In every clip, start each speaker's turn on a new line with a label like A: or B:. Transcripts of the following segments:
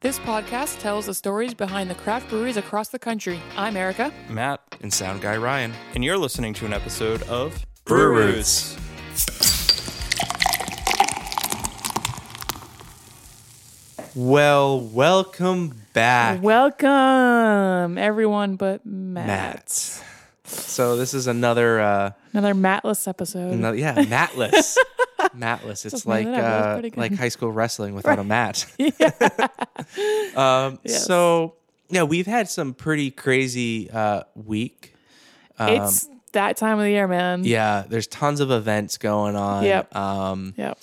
A: This podcast tells the stories behind the craft breweries across the country. I'm Erica.
B: Matt,
C: and sound guy Ryan.
B: and you're listening to an episode of
C: Brew Roots. Well, welcome back,
A: Welcome, everyone, but Matt.
C: Matt. So this is another, uh,
A: Another Mattless episode.
C: another yeah, Matless. Matless. It's
A: Just
C: like
A: made it up. That was
C: uh,
A: pretty good.
C: like high school wrestling without a mat. um,
A: Yes.
C: So yeah, we've had some pretty crazy uh, week.
A: it's that time of the year, man.
C: um, Yeah, there's tons of events going on.
A: Yep.
C: Um,
A: Yep.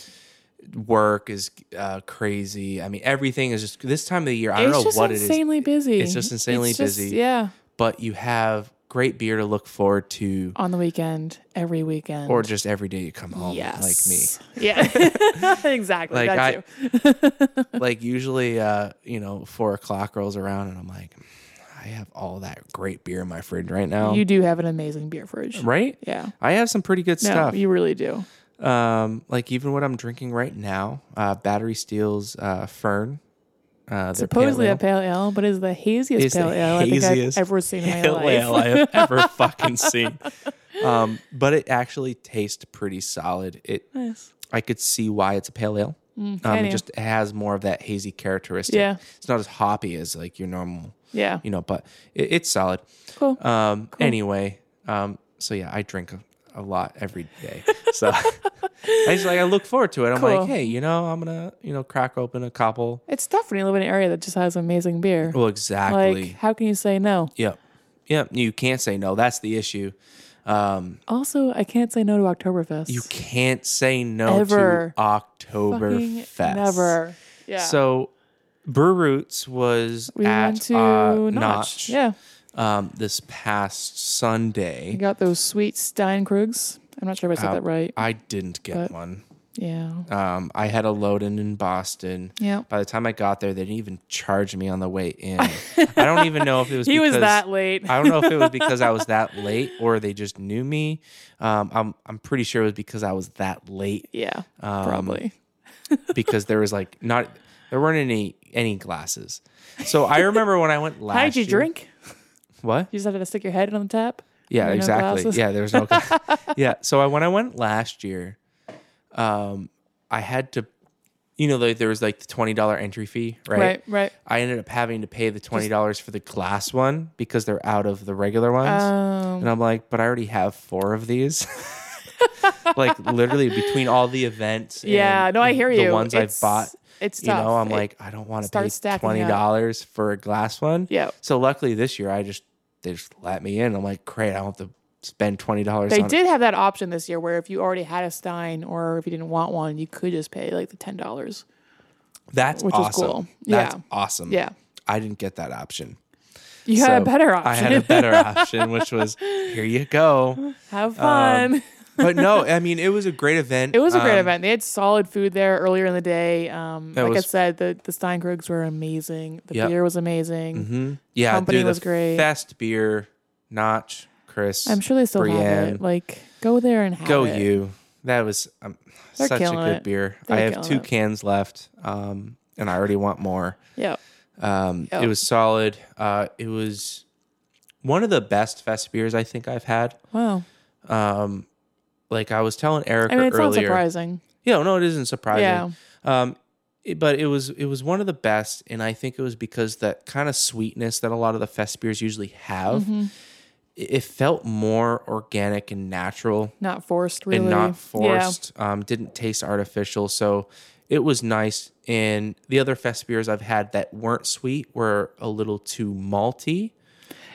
C: work is uh, crazy. I mean, everything is just this time of the year. I don't
A: It's
C: know
A: just
C: what it is,
A: insanely busy.
C: It's just insanely
A: It's just-
C: busy.
A: Yeah.
C: but you have great beer to look forward to,
A: On the weekend, every weekend.
C: or just every day you come home,
A: yes. like me. Yeah. exactly.
C: Like
A: that
C: I-
A: too.
C: like me. like usually, uh, you know, four o'clock rolls around, and I'm like, I have all that great beer in my fridge right now,
A: you do have an amazing beer fridge.
C: um, right?
A: Yeah.
C: I have some pretty good
A: No,
C: stuff.
A: you really do.
C: um, like even what I'm drinking right now, uh, Battery Steel's uh, Fern. Uh, their pale
A: Supposedly
C: ale.
A: a pale ale, but it's the haziest
C: It's the
A: pale ale I think I've
C: haziest
A: ever seen in my
C: pale
A: life.
C: ale I have ever fucking seen. Um, but it actually tastes pretty solid. It
A: Nice.
C: I could see why it's a pale ale. um,
A: can
C: it
A: you?
C: just has more of that hazy characteristic.
A: Yeah.
C: it's not as hoppy as like your normal,
A: Yeah.
C: you know. But it, it's solid.
A: Cool.
C: Um, Anyway, um, so yeah, I drink a, a lot every day. So I just like I look forward to it. I'm
A: Cool.
C: like, hey, you know, I'm gonna you know crack open a couple.
A: It's tough when you live in an area that just has amazing beer.
C: Well,
A: like,
C: exactly.
A: how can you say no?
C: yep. Yep. You can't say no. That's the issue. Um,
A: Also, I can't say no to Oktoberfest.
C: You can't say no
A: Ever.
C: to
A: Fucking
C: Oktoberfest.
A: never. Yeah.
C: So, Brew Roots was
A: we
C: at
A: went to
C: uh,
A: Notch.
C: Notch
A: Yeah.
C: um, this past
A: We
C: Sunday.
A: got those sweet Steinkrugs. I'm not sure if I said that right.
C: Uh, I didn't get
A: But-
C: one.
A: yeah.
C: Um, I had a load in in Boston.
A: Yeah.
C: By the time I got there, they didn't even charge me on the way in. I don't even know if it was
A: He was
C: because-
A: that late.
C: I don't know if it was because I was that late or they just knew me. Um, I'm I'm pretty sure it was because I was that late.
A: yeah.
C: Um,
A: probably.
C: because there was like not there weren't any any glasses. So I remember when I went last.
A: How did you
C: year-
A: drink?
C: What?
A: You just had to stick your head on the tap?
C: Yeah,
A: no
C: exactly.
A: glasses?
C: yeah, there was no. gla- yeah, so I, when I went last year, um, I had to, you know, like, there was like the twenty dollar entry fee, right?
A: Right, right.
C: I ended up having to pay the twenty dollars for the glass one because they're out of the regular ones,
A: Um,
C: and I'm like, but I already have four of these. like literally between all the events.
A: yeah.
C: and
A: No, I hear you.
C: The ones
A: It's-
C: I've bought.
A: It's
C: you
A: tough.
C: know, I'm
A: It-
C: like, I don't want to
A: start
C: pay
A: stacking
C: twenty dollars for a glass one.
A: Yeah.
C: So luckily this year, I just they just let me in. I'm like, great, I don't have to spend twenty dollars.
A: They
C: on
A: did have that option this year where if you already had a Stein or if you didn't want one, you could just pay like the ten dollars.
C: That's
A: which was
C: awesome.
A: cool.
C: That's
A: Yeah.
C: awesome.
A: Yeah.
C: I didn't get that option.
A: You had a
C: So
A: better option.
C: I had a better option, which was here you go.
A: Have fun.
C: But no, I mean it was a great event.
A: it was a great
C: Um,
A: event. They had solid food there earlier in the day. Um,
C: That
A: like I
C: was-
A: said, the the Steinkrugs were amazing. The
C: Yep.
A: beer was amazing.
C: mhm. Yeah,
A: Company
C: dude, the
A: was great.
C: Fest beer, Notch, Chris.
A: I'm sure they still have
C: Brienne.
A: it. Like go there and have
C: Go
A: it.
C: you. That was um,
A: They're
C: such a
A: killing
C: good
A: it.
C: beer.
A: They're
C: I have
A: killing
C: two
A: it.
C: cans left, um, and I already want more.
A: Yeah.
C: Um,
A: Yeah.
C: It was solid. Uh, it was one of the best fest beers I think I've had.
A: Wow.
C: Um, like I was telling Erica
A: I mean, it's not
C: earlier.
A: surprising.
C: Yeah, no, it isn't surprising.
A: Yeah.
C: Um, it- but it was it was one of the best, and I think it was because that kind of sweetness that a lot of the fest beers usually have.
A: Mm-hmm.
C: It it felt more organic and natural
A: Not forced, really.
C: and not
A: Yeah.
C: forced. Um, didn't taste artificial, so it was nice. And the other fest beers I've had that weren't sweet were a little too malty.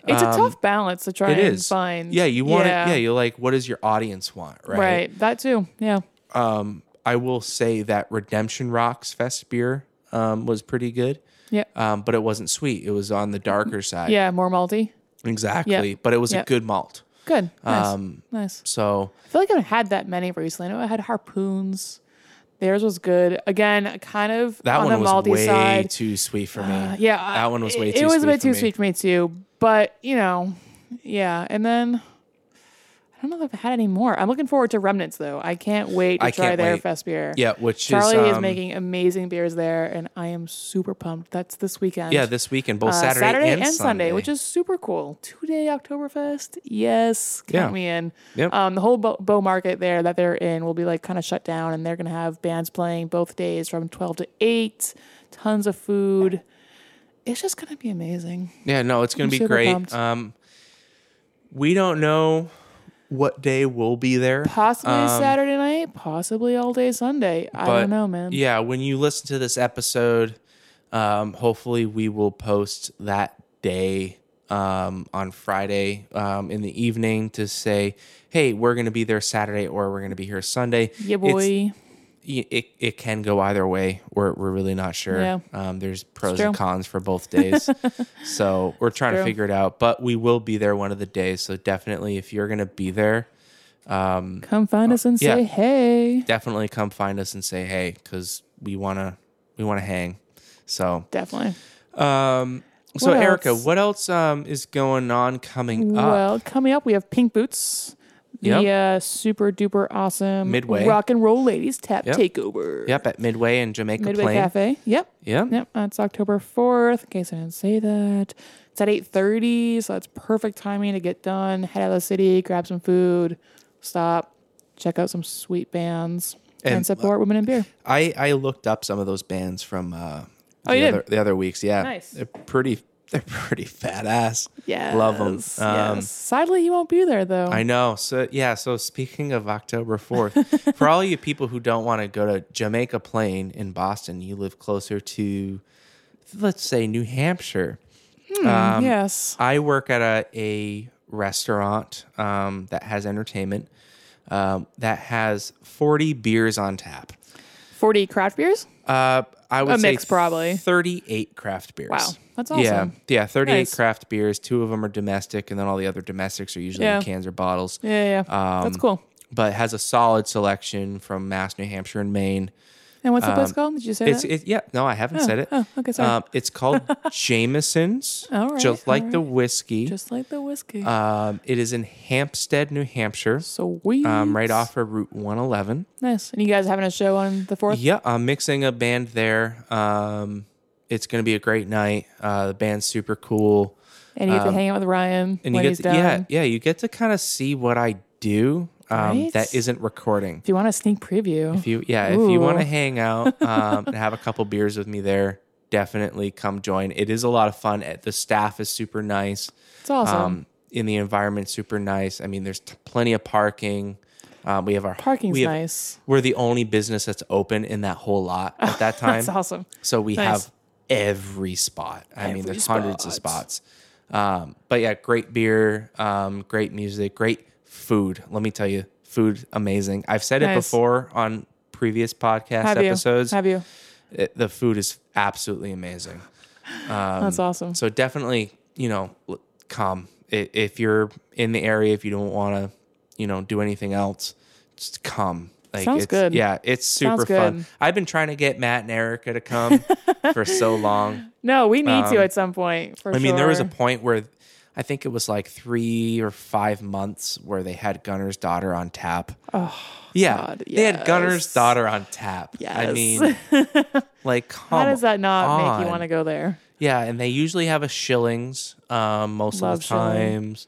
A: It's a tough balance to try
C: Um, It
A: and
C: is
A: find.
C: Yeah, you want
A: yeah.
C: it. Yeah, you're like, what does your audience want, right?
A: right. That too. Yeah.
C: Um, I will say that Redemption Rocks fest beer um, was pretty good.
A: Yeah.
C: Um, but it wasn't sweet. It was on the darker side.
A: Mm, Yeah. More malty.
C: exactly.
A: Yeah.
C: But it was
A: Yeah.
C: a good malt.
A: Good. Nice.
C: Um,
A: nice.
C: So
A: I feel like I haven't had that many recently. I know I had harpoons. Theirs was good. Again, kind of
C: that
A: on
C: one
A: the
C: was
A: malty
C: way
A: side. Uh,
C: too sweet for me.
A: yeah,
C: that one was way
A: it,
C: too.
A: It was
C: sweet
A: a bit
C: for
A: too
C: me.
A: sweet for me too. But you know, yeah. And then I don't know if I've had any more. I'm looking forward to Remnants though. I can't wait to
C: I
A: try
C: can't
A: their
C: wait.
A: fest beer.
C: Yeah, which
A: Charlie
C: is,
A: is
C: um,
A: making amazing beers there, and I am super pumped. That's this weekend.
C: Yeah, this weekend, both
A: Uh,
C: Saturday, and, Sunday,
A: which is super cool. Two day Oktoberfest. Yes, count
C: Yeah.
A: me in.
C: Yep.
A: Um, the whole bow, bow market there that they're in will be like kind of shut down, and they're gonna have bands playing both days from twelve to eight. Tons of food. It's just gonna be amazing.
C: yeah, no, it's gonna
A: I'm
C: be
A: super
C: great.
A: pumped.
C: Um, we don't know what day we'll be there.
A: Possibly
C: Um,
A: Saturday night, possibly all day Sunday. I
C: But,
A: don't know, man.
C: Yeah, when you listen to this episode, um, hopefully we will post that day um, on Friday um, in the evening to say, hey, we're going to be there Saturday or we're going to be here Sunday.
A: Yeah,
C: It's-
A: boy.
C: y- it, it can go either way. We're, we're really not sure.
A: Yeah.
C: Um, there's pros
A: true.
C: and cons for both days. so we're trying to
A: true.
C: figure it out, but we will be there one of the days. So definitely, if you're going to be there, um,
A: Come find us and
C: yeah.
A: say hey.
C: definitely come find us and say hey because we want to we want to hang so
A: Definitely.
C: um so
A: What
C: erica
A: else?
C: what else um is going on coming up
A: Well, coming up, we have Pink Boots, the uh, super duper awesome
C: Midway.
A: rock and roll ladies tap
C: Yep.
A: takeover.
C: yep at midway in jamaica
A: Midway
C: plain
A: Cafe. Yep.
C: yep
A: Yep. That's October 4th, in case I didn't say that. It's at 8.30, so that's perfect timing to get done. Head out of the city, grab some food, stop, check out some sweet bands, and,
C: And,
A: support women in beer.
C: i i looked up some of those bands from uh
A: Oh,
C: the
A: you did?
C: other, the other weeks yeah
A: Nice.
C: they're pretty they're pretty fat
A: Yeah.
C: love 'em. Um,
A: Sadly, you won't be there, though.
C: I know. So yeah. So speaking of October fourth, for all you people who don't want to go to Jamaica Plain in Boston, you live closer to, let's say, New Hampshire. um,
A: yes.
C: I work at a, a restaurant um, that has entertainment um, that has forty beers on tap.
A: 40 craft beers?
C: Uh, I would
A: A
C: say
A: mix, probably.
C: thirty-eight craft beers.
A: Wow, that's
C: Yeah,
A: awesome.
C: yeah, thirty-eight
A: Nice.
C: craft beers. Two of them are domestic, and then all the other domestics are usually
A: Yeah.
C: in cans or bottles
A: Yeah, yeah, yeah. that's
C: Um,
A: cool.
C: but has a solid selection from Mass, New Hampshire, and Maine.
A: And what's the place
C: um,
A: called? Did you say
C: It's
A: that?
C: it, yeah, no, I haven't said it. Um,
A: oh, okay, sorry.
C: it's called Jameson's,
A: All right,
C: just like
A: all
C: the whiskey.
A: Just like the whiskey.
C: um, it is in Hampstead, New Hampshire,
A: Sweet.
C: um, right off of Route 111.
A: Nice. And you guys having a show on the 4th?
C: Yeah, I'm mixing a band there. Um, it's going to be a great night. Uh, the band's super cool.
A: And you get to hang out with Ryan
C: um, And
A: when
C: you
A: he's
C: get to,
A: done.
C: yeah, yeah, you get to kind of see what I do um,
A: Right?
C: that isn't recording.
A: If you want a sneak preview,
C: If you yeah, if you want
A: Ooh.
C: to hang out um, and have a couple beers with me there, definitely come join. It is a lot of fun. Eh, The staff is super nice.
A: it's awesome.
C: Um, in the environment, super nice. I mean, there's t- plenty of parking. Um, we have our
A: Parking's
C: we have-
A: nice.
C: We're the only business that's open in that whole lot at that time.
A: That's awesome.
C: So we
A: Nice.
C: have every spot. I mean,
A: Every
C: there's hundreds of
A: spot.
C: spots. Um, but yeah, great beer, um, great music, great food. Let me tell you, food amazing. I've said it
A: Nice.
C: before on previous podcast
A: Have you?
C: episodes.
A: Have you?
C: It- the food is absolutely amazing. Um,
A: That's awesome.
C: So definitely, you know, l- come I- if you're in the area. If you don't want to, you know, do anything else, just come. Like
A: Sounds
C: it's,
A: good.
C: Yeah, it's
A: Sounds
C: super fun.
A: good.
C: I've been trying to get Matt and Erica to come for so long.
A: No, we need to at some point for
C: um, I mean, there was a
A: sure.
C: point where I think it was like three or five months where they had Gunner's daughter on tap. Oh, yeah,
A: God,
C: they had Gunner's
A: yes.
C: daughter on tap. I
A: Yes.
C: mean, like, come
A: How does that not make
C: on.
A: you want to go there?
C: Yeah, and they usually have a shillings um, most
A: Love
C: of the
A: shilling.
C: times.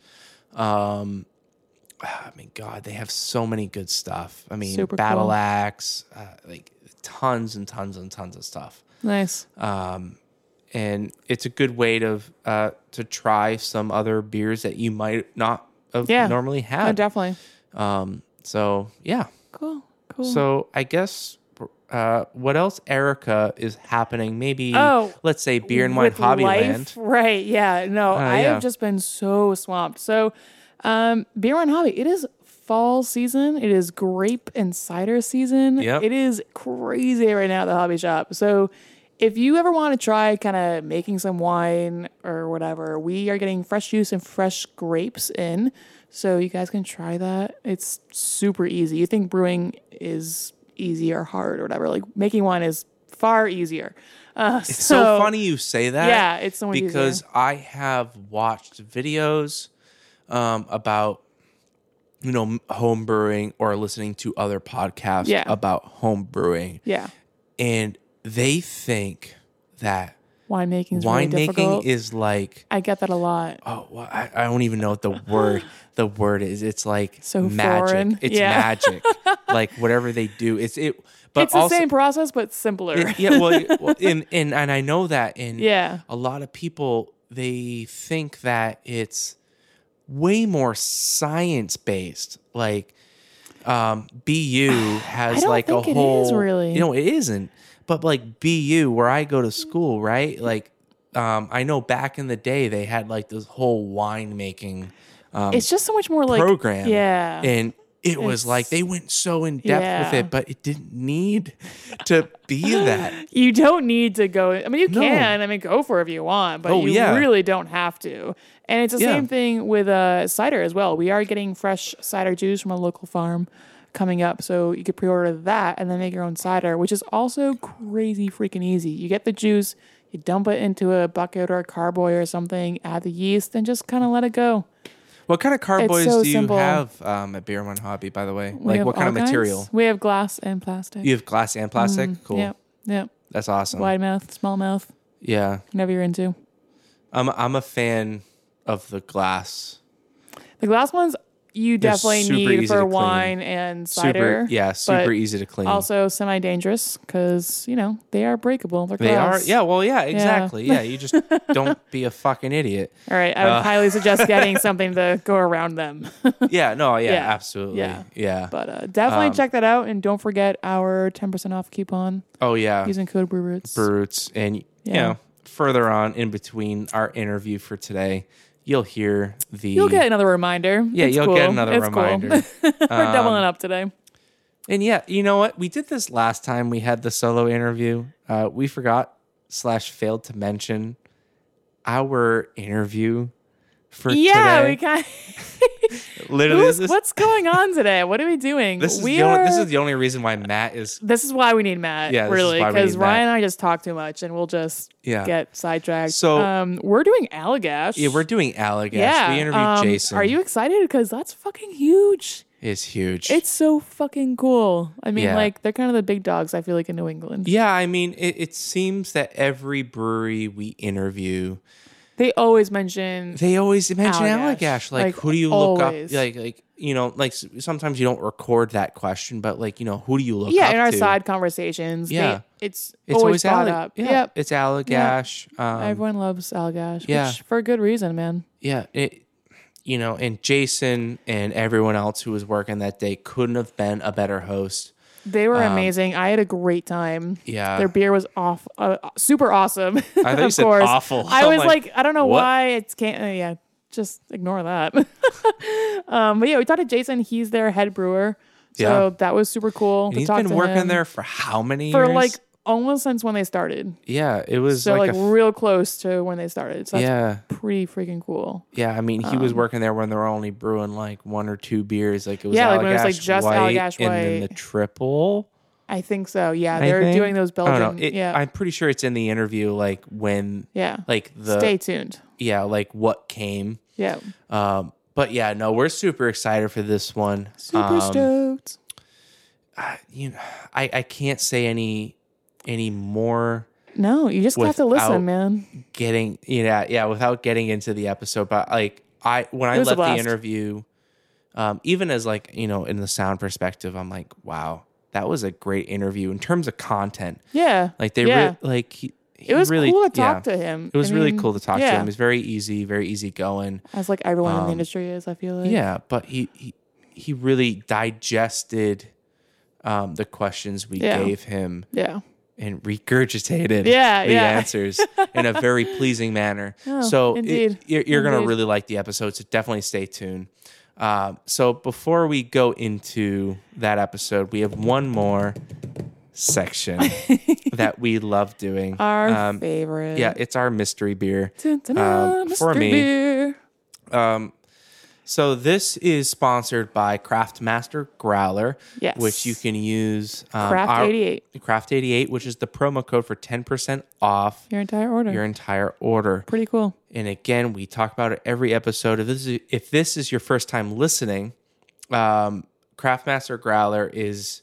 C: Um, ah, I mean, God, they have so many good stuff. I mean,
A: Super
C: Battle
A: cool.
C: Axe, uh, like tons and tons and tons of stuff.
A: Nice.
C: Uh, And it's a good way to uh, to try some other beers that you might not have
A: Yeah.
C: normally
A: oh,
C: had.
A: definitely.
C: um, so yeah.
A: Cool. Cool.
C: So I guess uh, what else, Erica, is happening? Maybe
A: Oh,
C: let's say beer and wine
A: with
C: hobby
A: life,
C: land. Uh,
A: Right. Yeah. No, I
C: yeah.
A: have just been so swamped. So, um, beer and hobby, it is fall season. It is grape and cider season.
C: Yep.
A: It is crazy right now at the hobby shop. So, if you ever want to try kind of making some wine or whatever, we are getting fresh juice and fresh grapes in. So, you guys can try that. It's super easy. You think brewing is easy or hard or whatever. Like making wine is far easier. Uh,
C: It's so, funny you say that.
A: Yeah, it's so much
C: because
A: easier.
C: I have watched videos um, about you know, m- home brewing or listening to other podcasts
A: Yeah.
C: about home brewing.
A: Yeah.
C: And they think that
A: Winemaking is really
C: winemaking
A: difficult.
C: is like,
A: I get that a lot.
C: oh, well, I, I don't even know what the word the word is. It's like
A: So
C: magic.
A: foreign.
C: It's
A: Yeah.
C: magic. like whatever they do, it's it. But
A: it's
C: also,
A: the same process, but simpler.
C: yeah. Well, you- well, and, and and I know that. And
A: yeah.
C: a lot of people they think that it's way more science based like um bu
A: I
C: has
A: don't
C: like a
A: think it is
C: whole
A: really.
C: you know it isn't but like bu where i go to school right like um i know back in the day they had like this whole winemaking um
A: It's just so much more like
C: program
A: Yeah.
C: and it was
A: It's-
C: like they went so in depth with
A: Yeah.
C: it but it didn't need to be that
A: you don't need to go. I mean, you
C: No.
A: can. I mean, go for it if you want, but
C: Oh,
A: you
C: yeah.
A: really don't have to. And it's the
C: Yeah.
A: same thing with uh, cider as well. We are getting fresh cider juice from a local farm coming up, so you could pre-order that and then make your own cider, which is also crazy freaking easy. You get the juice, you dump it into a bucket or a carboy or something, add the yeast, and just kind of let it go.
C: What kind of carboys
A: so
C: do you
A: simple.
C: have um, at Beer One Hobby, by the way?
A: We
C: like,
A: have
C: what
A: all
C: kind of
A: kinds.
C: material?
A: We have glass and plastic.
C: You have glass and plastic? cool. Oh.
A: Yep. Yep.
C: That's awesome.
A: Wide mouth, small mouth,
C: Yeah.
A: whatever you're into.
C: I'm, I'm a fan of the glass.
A: The glass ones you
C: They're
A: definitely
C: super easy
A: need
C: to
A: for
C: clean.
A: wine and cider.
C: super, yeah, super
A: but
C: easy to clean.
A: Also semi dangerous because, you know, they are breakable. They're
C: they are,
A: glass.
C: yeah, well, yeah, exactly. Yeah, you just don't be a fucking idiot.
A: All right. I would
C: Uh.
A: highly suggest getting something to go around them.
C: Yeah, no, yeah,
A: Yeah.
C: absolutely.
A: Yeah.
C: Yeah.
A: But uh, definitely
C: Um,
A: check that out. And don't forget our 10% off coupon
C: oh, yeah.
A: using code BrewRoots.
C: Brutes. And,
A: Yeah.
C: you know, further on in between our interview for today, you'll hear the.
A: You'll get another reminder.
C: Yeah,
A: It's
C: you'll
A: cool.
C: get another
A: It's cool.
C: reminder. Um,
A: We're doubling up today.
C: And yeah, you know what? We did this last time we had the solo interview. Uh, we forgot slash failed to mention our interview for
A: Yeah,
C: today.
A: we kind
C: Literally,
A: of.
C: this is,
A: What's going on today? What are we doing?
C: this, is
A: we
C: the only,
A: are,
C: this is the only reason why Matt is.
A: this is why we need Matt,
C: Yeah, this is
A: really,
C: why we
A: because
C: need Matt.
A: Ryan and I just talk too much, and we'll just
C: Yeah.
A: get sidetracked.
C: So-
A: um, we're doing Allagash.
C: Yeah, we're doing Allagash.
A: yeah.
C: we interviewed
A: um,
C: Jason.
A: Are you excited? Because that's fucking huge.
C: Is huge.
A: It's so fucking cool. I mean,
C: Yeah.
A: like they're kind of the big dogs. I feel like in New England,
C: yeah, I mean, it, it seems that every brewery we interview,
A: they always mention.
C: they always mention
A: Allagash.
C: Allagash. Like,
A: Like,
C: who do you
A: always.
C: look up? Like, like you know, like s- sometimes you don't record that question, but like you know, who do you look
A: yeah,
C: up
A: in our
C: to?
A: side conversations. they-
C: Yeah.
A: it's,
C: It's
A: always, brought
C: Alleg-
A: up.
C: Yeah,
A: Yep.
C: it's Allagash. Um,
A: Everyone loves Allagash,
C: yeah.
A: which for good reason, man.
C: yeah, it, you know, and Jason and everyone else who was working that day couldn't have been a better host.
A: They were amazing. I had a great time.
C: Um, Yeah.
A: their beer was off, uh, super awesome. I
C: thought you said awful.
A: I
C: I'm
A: was
C: like,
A: like, I don't know
C: what?
A: why it's can't. Uh, yeah, just ignore that. um, but yeah, we talked to Jason. He's their head brewer, so
C: Yeah.
A: that was super cool.
C: And
A: to
C: he's
A: talk
C: been
A: to
C: working
A: him
C: there for how many
A: for
C: years?
A: like almost since when they started.
C: yeah, it was
A: So
C: like,
A: like,
C: a f-
A: real close to when they started. So that's
C: yeah,
A: pretty freaking cool.
C: yeah. I mean, he was
A: Um,
C: working there when they were only brewing like one or two beers. Like it was
A: Yeah,
C: Allagash
A: like when it was, like, just
C: white,
A: Allagash
C: and then the
A: White.
C: triple.
A: I think so. Yeah,
C: I
A: they're
C: think.
A: doing those
C: I don't know.
A: Belgian.
C: It-
A: yeah,
C: I'm pretty sure it's in the interview. Like when,
A: yeah.
C: like the
A: Stay tuned.
C: yeah, like what came.
A: Yeah,
C: Um, but yeah, no, we're super excited for this one.
A: super
C: Um,
A: stoked.
C: You know, I, I can't say any any more
A: No, you just have to
C: without-
A: listen, man.
C: getting you know yeah without getting into the episode. But like I when I
A: It was a
C: left the
A: blast.
C: interview, um, even as like you know in the sound perspective, I'm like wow that was a great interview in terms of content.
A: Yeah.
C: Like they
A: Yeah.
C: re- like he, he
A: it was
C: really
A: cool to
C: yeah.
A: talk to him.
C: It was
A: I
C: really
A: mean,
C: cool to talk to
A: yeah,
C: him. It was very easy, very easy going.
A: As like everyone in the
C: Um,
A: industry is, I feel like.
C: Yeah, but he he, he really digested um, the questions we
A: Yeah.
C: gave him
A: Yeah.
C: and regurgitated
A: Yeah,
C: the
A: yeah.
C: answers in a very pleasing manner.
A: Oh,
C: so it-
A: indeed.
C: you're, you're going to
A: Indeed.
C: really like the episode. So definitely stay tuned. Um, so before we go into that episode, we have one more section that we love doing.
A: Our
C: Um,
A: favorite.
C: yeah, it's our mystery beer.
A: Dun, dun, dun,
C: um,
A: mystery
C: for me-
A: beer.
C: Um, so this is sponsored by Craftmaster Growler,
A: Yes.
C: which you can use um,
A: Craft
C: our-
A: 88.
C: Craft eighty eight, which is the promo code for ten percent off
A: Your entire order.
C: your entire order.
A: Pretty cool.
C: And again, we talk about it every episode. If this is if this is your first time listening, um, Craftmaster Growler is,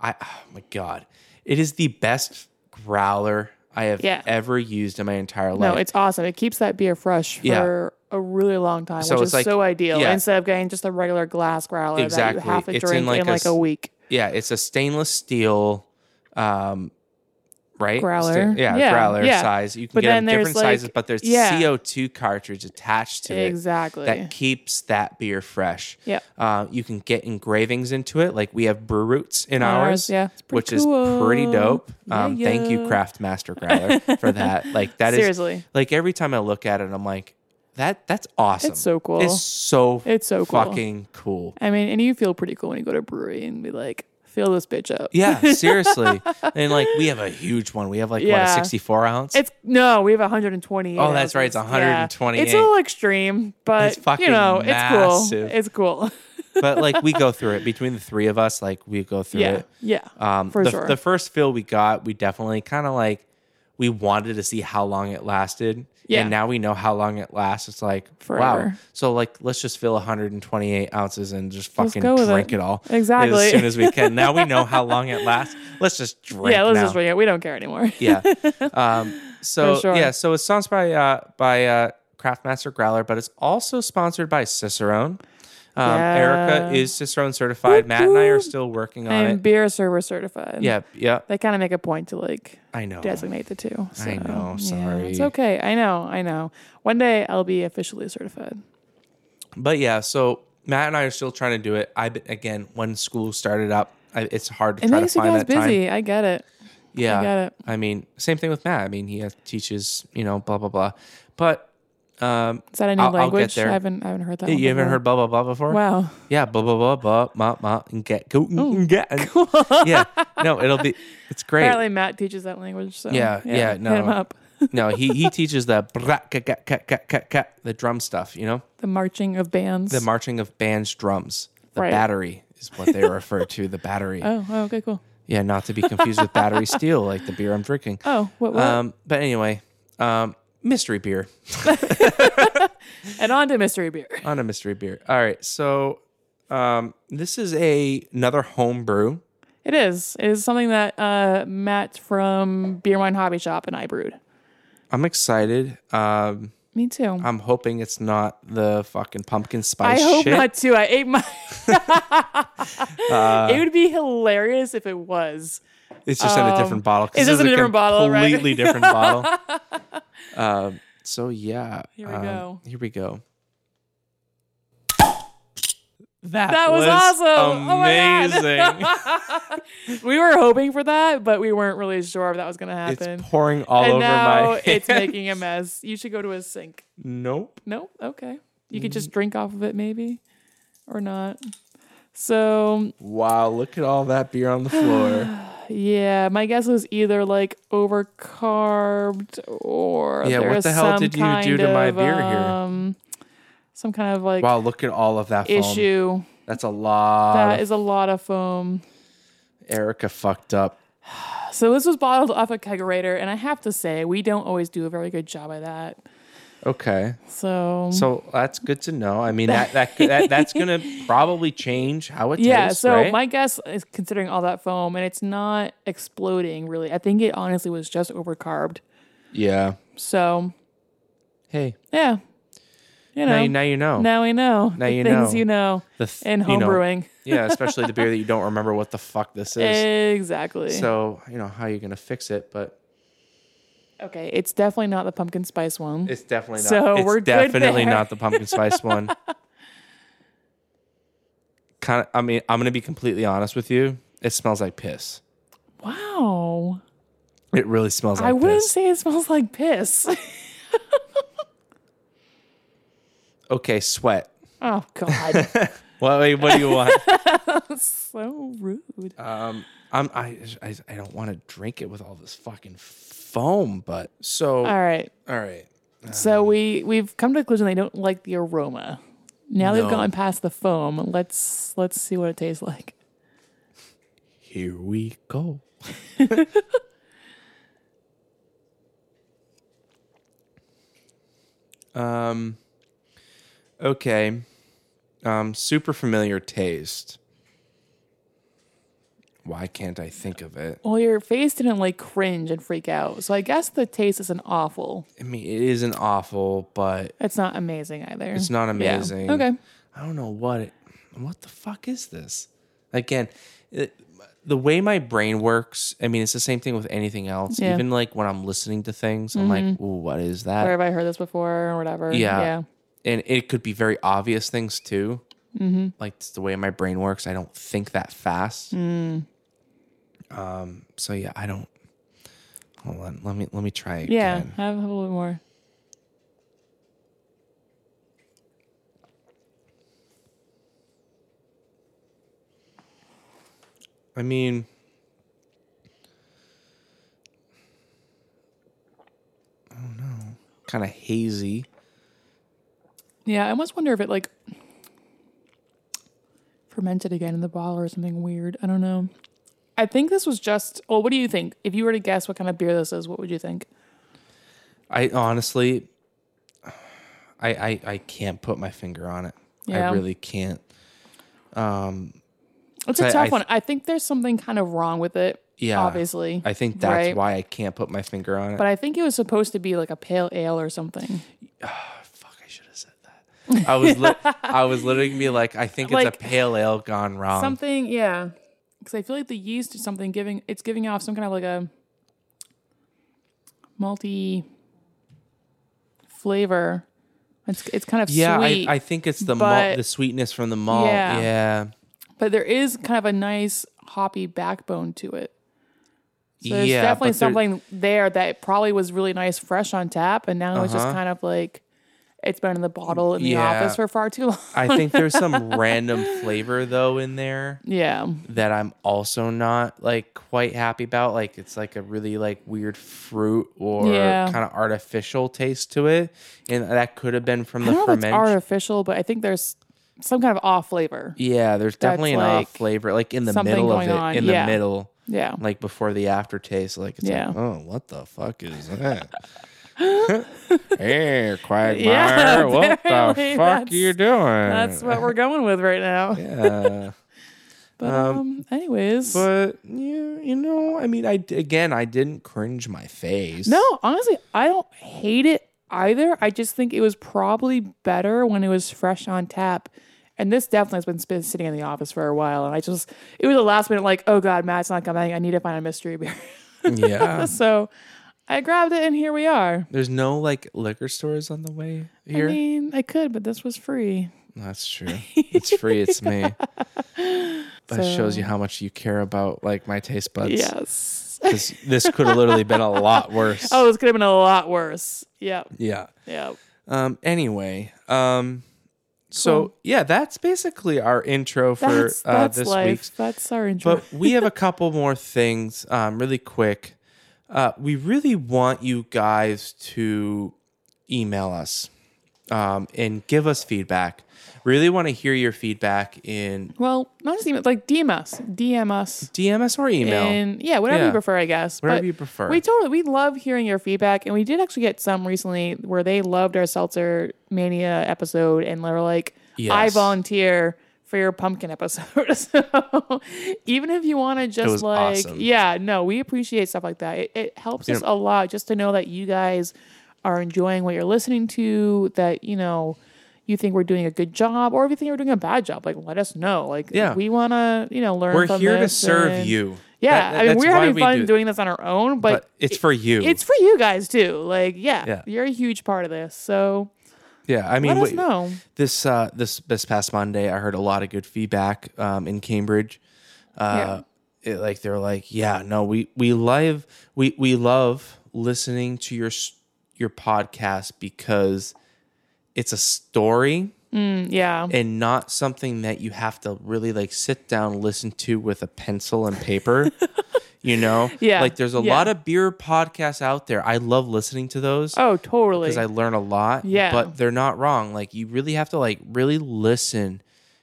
C: I oh my god, it is the best growler I have
A: Yeah.
C: ever used in my entire life.
A: No, it's awesome. It keeps that beer fresh
C: Yeah.
A: for a really long time,
C: So
A: which
C: it's
A: is
C: like-
A: so ideal.
C: yeah.
A: Instead of getting just a regular glass growler
C: Exactly.
A: that you have to
C: It's in
A: drink
C: like
A: in
C: a
A: like
C: s-
A: a week.
C: yeah, it's a stainless steel, um, right?
A: Growler.
C: Sta- yeah,
A: Yeah,
C: growler
A: yeah.
C: size. You can
A: But
C: get 'em
A: then there's
C: different
A: like-
C: sizes, but there's
A: yeah.
C: CO2 cartridge attached to it.
A: Exactly.
C: that keeps that beer fresh.
A: Yeah.
C: Uh, you can get engravings into it. Like we have brew roots in ours,
A: Ours, yeah. It's pretty
C: which is
A: cool.
C: pretty dope.
A: Yeah,
C: Um, Thank you,
A: yeah.
C: Craft Master Growler, for that. Like that is
A: Seriously.
C: like every time I look at it, I'm like, that that's awesome.
A: It's so cool.
C: It's so
A: It's so cool.
C: fucking cool.
A: I mean, and you feel pretty cool when you go to a brewery and be like, fill this bitch up.
C: Yeah, seriously. and like we have a huge one. We have like what a
A: Yeah.
C: 64 ounce.
A: It's no, we have 120.
C: Oh, that's right, it's
A: Yeah.
C: 128.
A: It's a little extreme, but
C: It's fucking
A: you know,
C: massive.
A: it's cool. It's cool.
C: but like we go through it between the three of us. Like we go through
A: yeah,
C: it.
A: yeah,
C: Um,
A: for
C: the,
A: sure.
C: the first fill we got, we definitely kind of like we wanted to see how long it lasted.
A: Yeah.
C: And now we know how long it lasts. It's like wow.
A: Forever.
C: So like let's just fill 128 ounces and just fucking
A: go with
C: drink it.
A: it.
C: all
A: Exactly.
C: as soon as we can. now we know how long it lasts. Let's just drink.
A: yeah, let's
C: now.
A: just drink it. We don't care anymore.
C: Yeah. Um, so
A: For sure.
C: yeah. So it's sponsored by uh, by uh, Craftmaster Growler, but it's also sponsored by Cicerone. Um,
A: Yeah.
C: Erica is Cicerone certified.
A: Whoop,
C: Matt and I are
A: whoop.
C: still working on
A: I'm
C: it.
A: beer server certified.
C: Yeah. Yeah.
A: they kind of make a point to like
C: I know.
A: designate the two. So,
C: I know,
A: yeah, it's
C: sorry.
A: okay. I know. I know. One day I'll be officially certified.
C: But yeah, so Matt and I are still trying to do it. I again, when school started up, I, it's hard to
A: It
C: try to
A: makes you
C: find
A: guys
C: that time.
A: busy. I get it.
C: Yeah,
A: get it.
C: I mean, same thing with Matt. I mean, he has, teaches, you know, blah blah blah. But um,
A: Is that a new
C: I'll- I'll get
A: language?
C: there.
A: I haven't. I haven't heard that. one
C: you haven't
A: before.
C: heard blah blah blah before?
A: Wow.
C: Yeah, blah blah blah blah ma ma and get go and- and get. and- yeah, no, it'll be it's great.
A: Apparently Matt teaches that language. So
C: Yeah, yeah, no.
A: Hit him up.
C: No, he he teaches the bra- ka- ka- ka- ka- ka- ka- the drum stuff. You know,
A: The marching of bands.
C: the marching of bands drums. The
A: Right.
C: battery is what they refer to. The battery.
A: oh, oh, okay, cool.
C: Yeah, not to be confused with battery steel, like the beer I'm drinking.
A: Oh, what? what?
C: Um, but anyway, um, mystery beer
A: and on to mystery beer.
C: on a mystery beer. All right, so um, this is a another home brew.
A: It is. It is something that uh, Matt from Beer Wine Hobby Shop and I brewed.
C: I'm excited. Um,
A: Me too.
C: I'm hoping it's not the fucking pumpkin
A: I
C: spice.
A: hope
C: shit.
A: not too. I ate my. it would
C: Uh,
A: be hilarious if it was.
C: It's just in a different bottle. 'cause
A: it's
C: this
A: just
C: is
A: in Oh. a different bottle, right?
C: Completely different bottle. Um, so yeah.
A: Here we
C: um,
A: go.
C: Here we go. That,
A: That was, awesome.
C: Amazing.
A: Oh my God. we were hoping for that, but we weren't really sure if that was going to
C: it's
A: happen.
C: pouring all
A: and
C: over
A: now
C: my.
A: it's
C: hand.
A: making a mess. You should go to a sink.
C: nope.
A: No, okay. You could
C: Mm.
A: just drink off of it, maybe, or not. So
C: Wow! Look at all that beer on the floor.
A: yeah, my guess was either like overcarbed or
C: Yeah,
A: there
C: what
A: was
C: the hell
A: some
C: did you do
A: kind
C: to my
A: of,
C: beer here?
A: Um, some kind of like
C: wow! Look at all of that foam.
A: issue.
C: That's a lot.
A: That
C: of-
A: is a lot of foam.
C: Erica fucked up.
A: So this was bottled off a kegerator, and I have to say we don't always do a very good job of that.
C: Okay.
A: So,
C: So that's good to know. I mean that that, that that's gonna probably change how it
A: yeah.
C: tastes.
A: So
C: right?
A: my guess is considering all that foam, and it's not exploding really. I think it honestly was just overcarbed.
C: yeah.
A: So
C: Hey,
A: yeah, you know.
C: now you, now you know
A: Now we know.
C: Now
A: the
C: you
A: things
C: know.
A: you know
C: the th-
A: in
C: you know,
A: homebrewing. Eh.
C: yeah, especially the beer that you don't remember what the fuck this is.
A: exactly.
C: So you know how you're gonna fix it, but
A: okay, it's definitely not the pumpkin spice one.
C: it's definitely not.
A: So
C: it's
A: we're good
C: definitely
A: there.
C: not the pumpkin spice one. Kind of. I mean, I'm gonna be completely honest with you. It smells like piss.
A: wow.
C: It really smells like
A: I wouldn't
C: piss.
A: say it smells like piss.
C: Okay, sweat.
A: oh
C: Uh,
A: god.
C: What? Wait, what do you want?
A: so rude.
C: Um, I'm, I, I, I don't want to drink it with all this fucking foam, but
A: All
C: so,
A: right.
C: all right.
A: So we we've come to the conclusion they don't like the aroma. Now
C: No.
A: they've gotten past the foam. Let's let's see what it tastes like.
C: Here we go. um, okay. Um, super familiar taste. Why can't I think of it?
A: Well, your face didn't like cringe and freak out. So I guess the taste isn't awful.
C: I mean, it isn't awful, but
A: It's not amazing either.
C: it's not
A: Yeah.
C: amazing.
A: Okay.
C: I don't know what it, what the fuck is this? Again, it, the way my brain works, I mean, it's the same thing with anything else.
A: Yeah.
C: Even like when I'm listening to things, I'm like, ooh, what is that?
A: Where have I heard this before or whatever?
C: Uh, Yeah.
A: Yeah.
C: And it could be very obvious things too.
A: Mm-hmm.
C: Like it's the way my brain works. I don't think that fast.
A: Mm.
C: Um, so yeah, I don't hold on. Let me let me try
A: Yeah.
C: again.
A: Have, have a little bit more.
C: I mean I don't know. Kind of hazy.
A: Yeah. I almost wonder if it like fermented again in the bottle or something weird. I don't know. I think this was just. Well, what do you think? If you were to guess what kind of beer this is, what would you think?
C: I honestly I I, I can't put my finger on it.
A: Yeah.
C: I really can't.
A: It's
C: I-
A: a
C: I
A: tough
C: th-
A: one. I think there's something kind of wrong with it.
C: Yeah.
A: Obviously.
C: I think that's
A: Right.
C: why I can't put my finger on it.
A: But I think it was supposed to be like a pale ale or something.
C: Fuck, I should have said that. I was li- I was literally gonna be like, I think it's
A: Like-
C: a pale ale gone wrong.
A: something, yeah. Because I feel like the yeast is something giving. It's giving off some kind of like a malty flavor. It's it's kind of
C: yeah,
A: sweet,
C: I, I think it's the malt,
A: but-
C: the sweetness from the malt.
A: Yeah.
C: Yeah.
A: but there is kind of a nice hoppy backbone to it. So there's
C: Yeah,
A: definitely
C: but there-
A: something there that probably was really nice fresh on tap, and now it's just kind of like it's been in the bottle in the
C: Uh-huh. Yeah.
A: office for far too long.
C: I think there's some random flavor though in there
A: yeah,
C: that I'm also not like quite happy about. Like it's like a really like weird fruit or
A: Yeah.
C: kind of artificial taste to it, and that could have been from
A: I
C: the
A: don't know if it's
C: fermentation.
A: artificial, but I think there's some kind of off flavor.
C: yeah, there's definitely an
A: like
C: off flavor, like in the
A: something
C: middle of
A: going
C: it,
A: on.
C: in
A: Yeah.
C: the middle.
A: Yeah.
C: like before the aftertaste. Like it's
A: Yeah.
C: like, oh, what the fuck is that? hey, Quagmire,
A: Yeah,
C: what the
A: apparently
C: fuck you doing?
A: That's what we're going with right now.
C: yeah.
A: But um, anyways,
C: But yeah, you know, I mean, I d- again, I didn't cringe my face.
A: no, honestly, I don't hate it either. I just think it was probably better when it was fresh on tap. And this definitely has been sp- sitting in the office for a while, and I just it was the last minute like, oh god, Matt's not coming. I need to find a mystery beer.
C: yeah,
A: so I grabbed it, and here we are.
C: there's no like liquor stores on the way here.
A: I mean, I could, but this was free.
C: That's true. It's free. It's me. That shows you how much you care about like my taste buds.
A: Yes.
C: 'Cause this could have literally been a lot worse.
A: Oh, this could have been a lot worse. Yep.
C: yeah.
A: Yep.
C: Um. Anyway. Um. So yeah, that's basically our intro for
A: That's,
C: uh,
A: that's
C: this
A: life.
C: week's.
A: That's our intro.
C: But we have a couple more things, um, really quick. Uh, we really want you guys to email us um, and give us feedback. Really want to hear your feedback in
A: Well, not just email, like DM us, DM us,
C: DM us or email.
A: and yeah, whatever you
C: Yeah.
A: prefer, I guess.
C: Whatever
A: But
C: you prefer.
A: We totally we love hearing your feedback, and we did actually get some recently where they loved our seltzer mania episode, and they were like, "I
C: Yes.
A: volunteer." For your pumpkin episode, so even if you want to just
C: was
A: like,
C: awesome.
A: yeah, no, we appreciate stuff like that. It, it helps us
C: Yeah.
A: a lot just to know that you guys are enjoying what you're listening to. That you know, you think we're doing a good job, or if you think we're doing a bad job, like let us know. Like,
C: Yeah.
A: we want to you know learn.
C: We're
A: from
C: here to
A: this
C: serve
A: and-
C: you.
A: yeah,
C: That- that-
A: I mean,
C: that's
A: we're
C: why
A: having
C: we
A: fun
C: do-
A: doing this on our own, but,
C: But it's for you.
A: It's for you guys too. Like, yeah,
C: Yeah.
A: you're a huge part of this. So
C: yeah. I mean,
A: let us
C: wait,
A: know.
C: this uh, this this past Monday, I heard a lot of good feedback um, in Cambridge. Uh, it, like they're like, yeah, no, we we love we we love listening to your s- your podcast because it's a story
A: Mm, yeah.
C: and not something that you have to really like sit down listen to with a pencil and paper you know
A: Yeah,
C: like there's a
A: yeah.
C: lot of beer podcasts out there i love listening to those
A: oh, totally.
C: because I learn a lot.
A: Yeah.
C: But they're not wrong. Like you really have to like really listen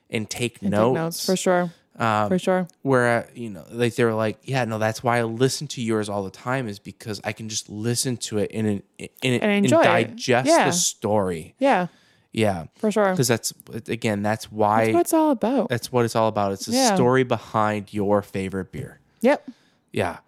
C: and take
A: Take
C: notes.
A: notes for sure.
C: um,
A: for sure.
C: Where uh, you know, like they were like, yeah, no, that's why I listen to yours all the time is because I can just listen to it and and, and,
A: enjoy it.
C: digest
A: Yeah.
C: the story.
A: Yeah.
C: Yeah.
A: for sure.
C: Because that's, again, that's why
A: That's what it's all about.
C: that's what it's all about. It's the
A: Yeah.
C: story behind your favorite beer.
A: yep.
C: Yeah.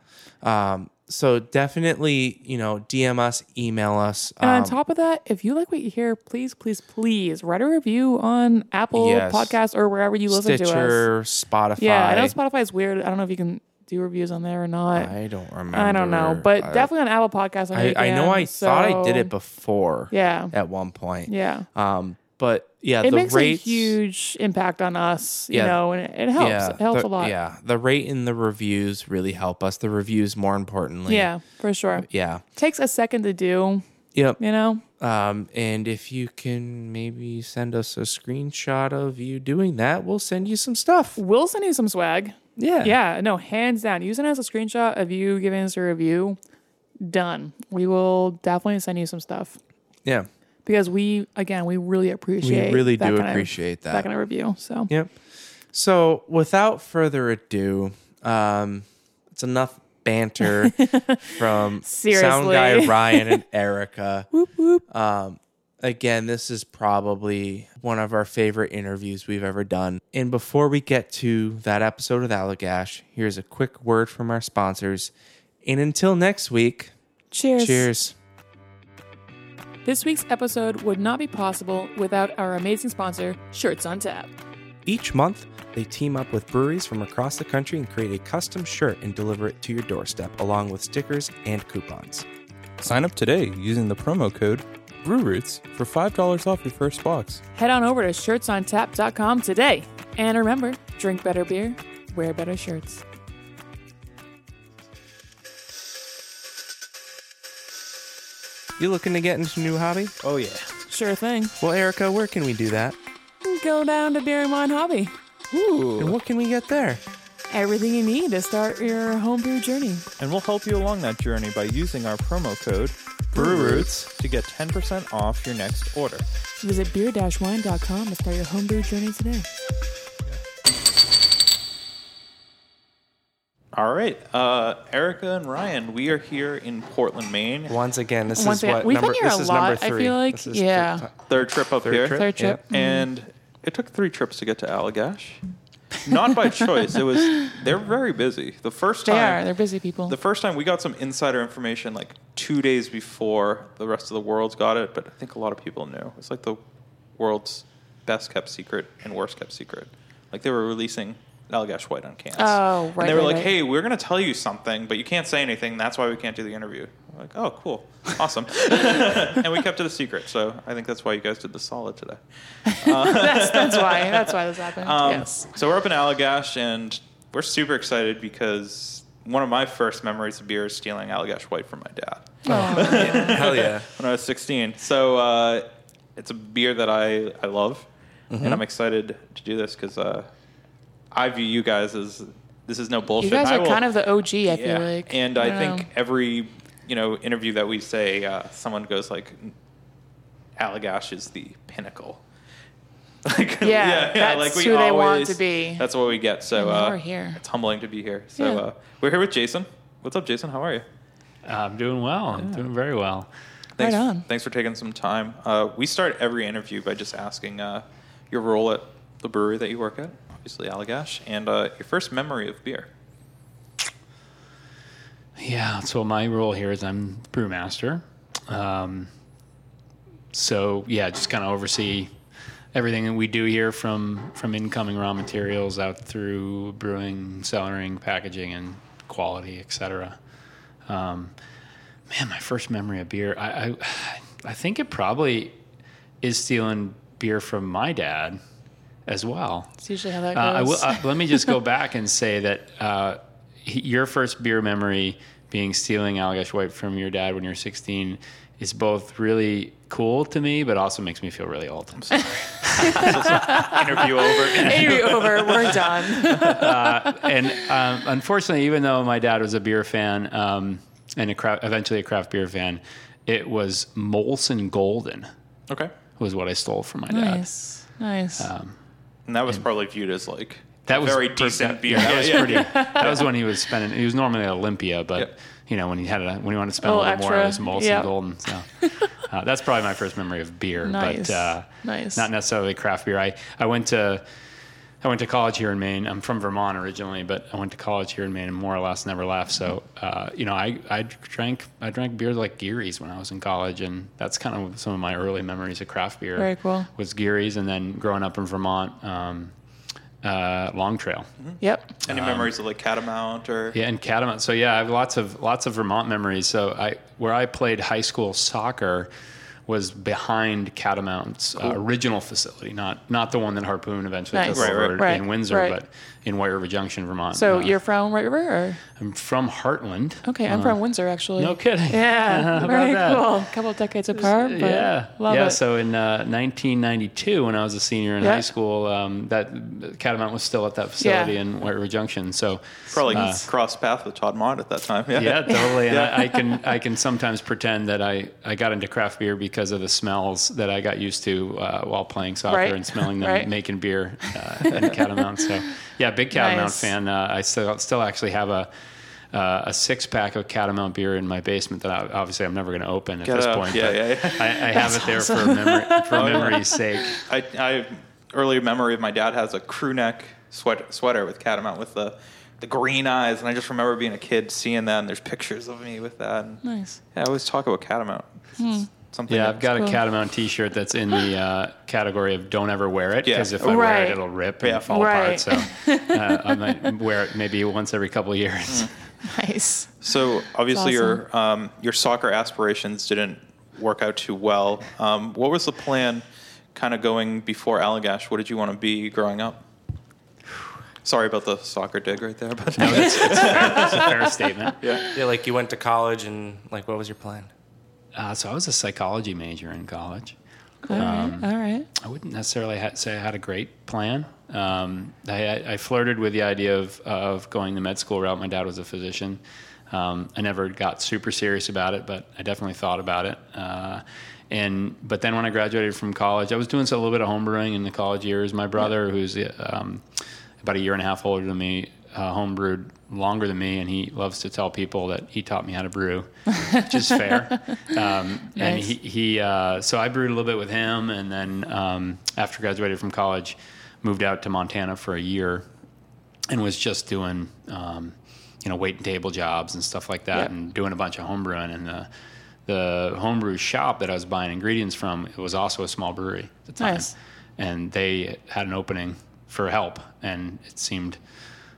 C: Um, so definitely, you know, DM us, email us.
A: And
C: Um,
A: on top of that, if you like what you hear, please, please, please write a review on Apple
C: Yes.
A: Podcasts or wherever you listen to us.
C: Stitcher, Spotify.
A: Yeah, I know Spotify is weird. I don't know if you can do reviews on there or not. I,
C: I don't remember.
A: don't know, but
C: I-
A: definitely on Apple Podcasts. I'm
C: I,
A: gonna
C: I know
A: get
C: I
A: them,
C: thought I
A: so-
C: did it before
A: Yeah,
C: at one point.
A: yeah.
C: Um, but yeah,
A: It
C: the
A: makes
C: rates,
A: a huge impact on us, you
C: Yeah.
A: know, and it- it helps.
C: Yeah,
A: it helps
C: the-
A: a lot. Yeah.
C: Yeah, the rate and the reviews really help us. The reviews, more importantly.
A: for sure.
C: Yeah.
A: Takes a second to do,
C: Yep.
A: you know.
C: Um, and if you can maybe send us a screenshot of you doing that, we'll send you some stuff.
A: We'll send you some swag.
C: Yeah.
A: Yeah, no, hands down. You send us a screenshot of you giving us a review. Done. We will definitely send you some stuff
C: Yeah.
A: because we, again, we really
C: We
A: appreciate.
C: really
A: that
C: do
A: kind of-
C: appreciate that.
A: that kind of review. So
C: Yep. So without further ado, um, it's enough banter from sound guy
A: Seriously.
C: Ryan and Erica. Um,
A: whoop whoop.
C: Again, this is probably one of our favorite interviews we've ever done. And before we get to that episode of Allagash, here's a quick word from our sponsors. And until next week,
A: Cheers.
C: cheers.
A: This week's episode would not be possible without our amazing sponsor, Shirts on Tap.
C: Each month, they team up with breweries from across the country and create a custom shirt and deliver it to your doorstep along with stickers and coupons.
B: Sign up today using the promo code BrewRoots for $5 off your first box.
A: Head on over to shirtsontap.com today. And remember, drink better beer, wear better shirts.
C: You looking to get into a new hobby?
B: Oh, yeah.
A: Sure thing.
C: Well, Erica, where can we do that?
A: Go down to Beer and Wine Hobby.
C: And
B: Ooh.
C: what can we get there?
A: Everything you need to start your home beer journey.
B: And we'll help you along that journey by using our promo code
C: BrewRoots.
B: to get 10% off your next order.
A: Visit beer-wine.com to start your homebrew journey today.
B: All right. Uh, Erica and Ryan, we are here in Portland, Maine.
C: Once again, this
A: Once
C: is
A: again,
C: what
A: we've
C: number,
A: been here
C: this
A: a
C: is number
A: lot, I
C: three.
A: feel like.
C: This is
A: Yeah.
C: third ti-
B: Third trip up here. Mm-hmm.
C: trip?
A: Third
C: Yeah.
A: trip.
B: And it took three trips to get to Allagash. Not by choice. It was they're very busy. The first
A: They
B: time
A: are. They're busy people.
B: The first time we got some insider information like two days before the rest of the world's got it, but I think a lot of people knew. It's like the world's best kept secret and worst kept secret. Like they were releasing Allagash White on cans.
A: Oh, right,
B: And they were
A: right,
B: like,
A: right.
B: hey, we're going to tell you something, but you can't say anything. That's why we can't do the interview. We're like, oh, cool. Awesome. and we kept it a secret. So I think that's why you guys did the solid today. Um,
A: that's, that's why. That's why this happened. yes.
B: So we're up in Allagash, and we're super excited because one of my first memories of beer is stealing Allagash White from my dad.
A: Oh.
C: Hell yeah.
B: when I was 16. So uh, it's a beer that I, I love,
C: Mm-hmm.
B: and I'm excited to do this because uh, I view you guys as this is no bullshit.
A: You guys
B: I
A: are
B: will-
A: kind of the OG, I
B: yeah.
A: feel like.
B: And I,
A: don't
B: think
A: know.
B: every you know interview that we say, uh, someone goes like, "Allagash is the pinnacle." Like,
A: Yeah, that's who they want to be.
B: That's what we get. So
A: And now
B: uh,
A: we're here.
B: It's humbling to be here. So
A: Yeah.
B: uh, we're here with Jason. What's up, Jason? How are you?
D: I'm Um, doing well. I'm doing very well.
B: Thanks,
A: Right on.
B: Thanks for taking some time. Uh, we start every interview by just asking uh, your role at the brewery that you work at, obviously Allagash, and uh, your first memory of beer.
D: Yeah. So my role here is I'm brewmaster. Um, so yeah, just kind of oversee everything that we do here from from incoming raw materials out through brewing, cellaring, packaging, and quality, etc. Um, man, my first memory of beer, I, I I think it probably is stealing beer from my dad as well.
A: It's usually how that
D: Uh,
A: goes.
D: I will, uh, let me just go back and say that uh, he, your first beer memory being stealing Allagash White from your dad when you're 16 is both really cool to me, but also makes me feel really old.
B: Interview over.
A: Interview over. We're done.
D: and um, unfortunately, even though my dad was a beer fan um, and a cra- eventually a craft beer fan, it was Molson Golden
B: okay.
D: was what I stole from my dad.
A: nice. Nice.
B: And that was probably viewed as like
D: That
B: a
D: was
B: very
D: per-
B: decent
D: that-
B: beer.
D: That
B: Yeah,
D: was
B: yeah.
D: pretty. That was when he was spending. He was normally at Olympia, but
B: Yep.
D: you know when he had a, when he wanted to spend
A: A
D: a
A: little
D: little more, it was
A: Oh, extra,
D: Molson
A: yeah.
D: Golden. So Uh, that's probably my first memory of beer,
A: Nice.
D: but uh,
A: Nice.
D: not necessarily craft beer. I, I went to I went to college here in Maine. I'm from Vermont originally, but I went to college here in Maine and more or less never left. So, uh, you know, I, I drank I drank beer like Geary's when I was in college, and that's kind of some of my early memories of craft beer.
A: Very cool.
D: Was Geary's, and then growing up in Vermont, um, uh, Long Trail.
A: Yep.
B: Any memories of like Catamount or
D: Yeah, and Catamount. So yeah, I have lots of lots of Vermont memories. So I where I played high school soccer was behind Catamount's uh, original facility, not not the one that Harpoon eventually
A: Nice.
D: took
B: Right, right.
D: over
A: Right,
D: in Windsor,
A: right.
D: but in White River Junction, Vermont.
A: So
D: Uh,
A: you're from Red River? Or?
D: I'm from Heartland. Uh,
A: Okay, I'm from Windsor actually.
D: No kidding.
A: Yeah,
D: How about
A: very
D: that?
A: cool. A couple of decades apart, but
D: yeah,
A: love
D: yeah.
A: it.
D: So in uh, 1992, when I was a senior in
A: Yeah.
D: high school, um, that Catamount was still at that facility in White River Junction. So
B: probably
D: uh,
B: cross path with Todd Mond at that time? Yeah.
D: Yeah, totally. And
B: Yeah.
D: I, I can I can sometimes pretend that I, I got into craft beer because of the smells that I got used to uh, while playing soccer
A: Right.
D: and smelling them
A: Right.
D: making beer uh, in Catamount. So yeah, big Catamount
A: Nice.
D: fan. Uh, I still still actually have a. Uh, a six pack of Catamount beer in my basement that I, obviously I'm never going to open at
B: Get
D: this
B: out.
D: point.
B: Yeah,
D: but
B: yeah, yeah. Oh,
D: I, I have it there for memory, for memory's sake.
B: I, I earlier memory of my dad has a crew neck sweat, sweater with Catamount with the the green eyes, and I just remember being a kid seeing that, and there's pictures of me with that. And,
A: nice.
B: yeah, I always talk about Catamount. It's Something
D: Yeah,
B: that-
D: I've got a
A: cool.
D: Catamount T-shirt that's in the uh, category of "Don't ever wear it"
B: Yeah.
D: because if I wear
A: Right.
D: it, it'll rip and
B: Yeah.
D: fall
A: Right.
D: apart. So uh, I might wear it maybe once every couple of years.
A: Nice.
B: So obviously your um, your soccer aspirations didn't work out too well. Um, what was the plan, kind of going before Allagash? What did you want to be growing up? Sorry about the soccer dig right there, but
D: That's a fair statement.
C: Yeah, like you went to college and like what was your plan?
D: Uh, so I was a psychology major in college.
A: All right. All right.
D: I wouldn't necessarily ha- say I had a great plan. Um, I, I- I flirted with the idea of, of going the med school route. My dad was a physician. Um, I never got super serious about it, but I definitely thought about it. Uh, and but then when I graduated from college, I was doing a little bit of homebrewing in the college years. My brother, who's um, about a year and a half older than me, uh, homebrewed longer than me, and he loves to tell people that he taught me how to brew, which is fair. Um, And
A: Nice.
D: he, he uh, so I brewed a little bit with him, and then um, after graduated from college, moved out to Montana for a year, and was just doing um, you know wait and table jobs and stuff like that,
A: Yep.
D: and doing a bunch of homebrewing and the. The homebrew shop that I was buying ingredients from it was also a small brewery at the time,
A: Nice.
D: and they had an opening for help, and it seemed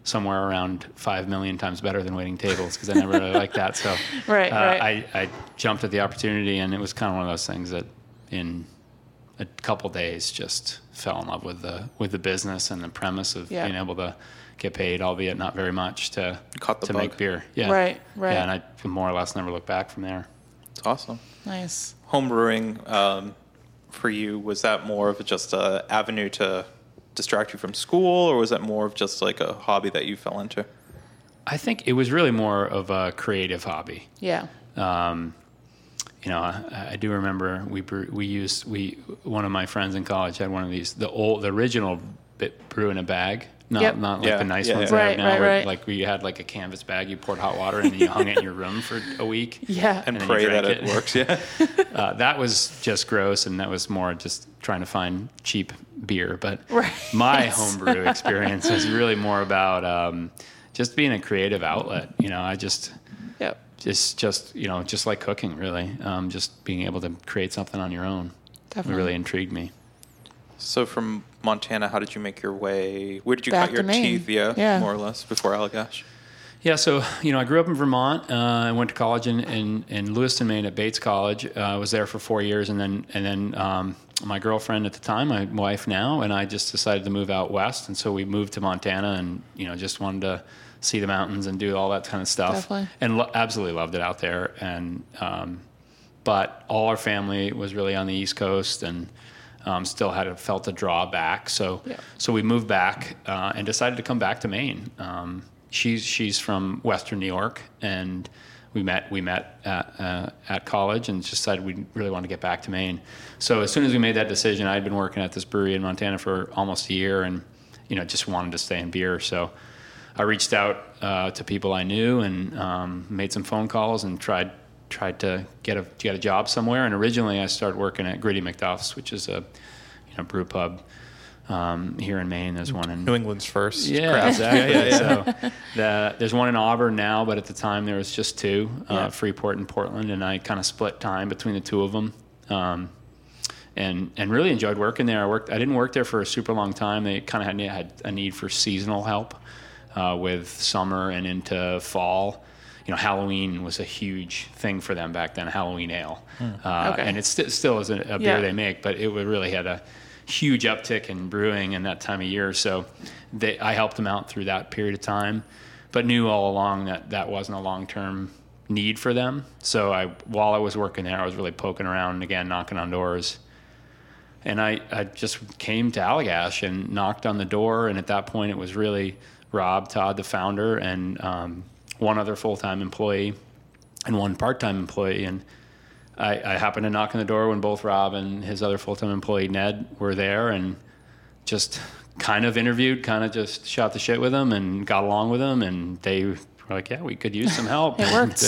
D: somewhere around five million times better than waiting tables because I never really liked that. So
A: Right,
D: uh,
A: right.
D: I, I jumped at the opportunity, and it was kind of one of those things that in a couple days just fell in love with the with the business and the premise of
A: Yeah.
D: being able to get paid, albeit not very much, to
B: Caught the
D: to make
B: bug.
D: beer. Yeah,
A: Right, right.
D: Yeah, and I more or less never looked back from there.
B: it's awesome.
A: Nice.
B: Home brewing um, for you was that more of just a avenue to distract you from school, or was that more of just like a hobby that you fell into?
D: I think it was really more of a creative hobby.
A: Yeah.
D: you know, I, I do remember we brew, we used we one of my friends in college had one of these the old the original bit brew in a bag. Not,
A: Yep.
D: not like
B: Yeah,
D: the nice
B: yeah, yeah.
D: ones they
A: Right,
D: have now.
A: right,
D: where,
A: right.
D: Like we had like a canvas bag, you poured hot water in and you hung it in your room for a week.
A: Yeah.
B: And,
D: then you
B: pray that
D: drank
B: it,
D: it.
B: works. Yeah,
D: Uh, that was just gross, and that was more just trying to find cheap beer. But
A: Right.
D: my homebrew experience was really more about um, just being a creative outlet. You know, I just
A: Yep.
D: just just you know just like cooking really um, just being able to create something on your own
A: Definitely.
D: really intrigued me
B: So from Montana, how did you make your way? Where did you
A: Back
B: cut your
A: to Maine.
B: teeth? Yeah,
A: Yeah.
B: more or less before Allagash.
D: yeah so you know i grew up in vermont uh, i went to college in, in, in lewiston maine at bates college uh, i was there for four years and then and then um, my girlfriend at the time my wife now and i just decided to move out west and so we moved to montana and you know just wanted to see the mountains and do all that kind of stuff
A: Definitely.
D: and lo- absolutely loved it out there and um, but all our family was really on the East Coast and um, still had a, felt a draw back. So
A: Yeah.
D: so we moved back uh, and decided to come back to Maine. Um, she's she's from Western New York and. We met we met at, uh, at college and just decided we really wanted to get back to Maine. So as soon as we made that decision, I'd been working at this brewery in Montana for almost a year, and you know just wanted to stay in beer. So I reached out uh, to people I knew and um, made some phone calls and tried tried to get a get a job somewhere. And originally, I started working at Gritty McDuff's, which is a you know brew pub um, here in Maine. There's one in
B: New England's first.
D: yeah,
B: crap.
D: exactly.
B: Yeah, yeah,
D: So the, there's one in Auburn now, but at the time there was just two, uh, Freeport and Portland, and I kind of split time between the two of them, um, and and really enjoyed working there. I worked. I didn't work there for a super long time. They kind of had, had a need for seasonal help uh, with summer and into fall. You know, Halloween was a huge thing for them back then. Halloween ale, uh,
A: Hmm. Okay.
D: and it st- still is a, a
A: Yeah.
D: beer they make, but it would- really had a huge uptick in brewing in that time of year. So they, I helped them out through that period of time, but knew all along that that wasn't a long term need for them. So I, while I was working there, I was really poking around again, knocking on doors. And I, I just came to Allagash and knocked on the door. And at that point, it was really Rob Todd, the founder, and um, one other full time employee and one part time employee. And I, I happened to knock on the door when both Rob and his other full time employee Ned were there, and just kind of interviewed, kind of just shot the shit with them, and got along with them, and they were like, "Yeah, we could use some help." it
A: worked.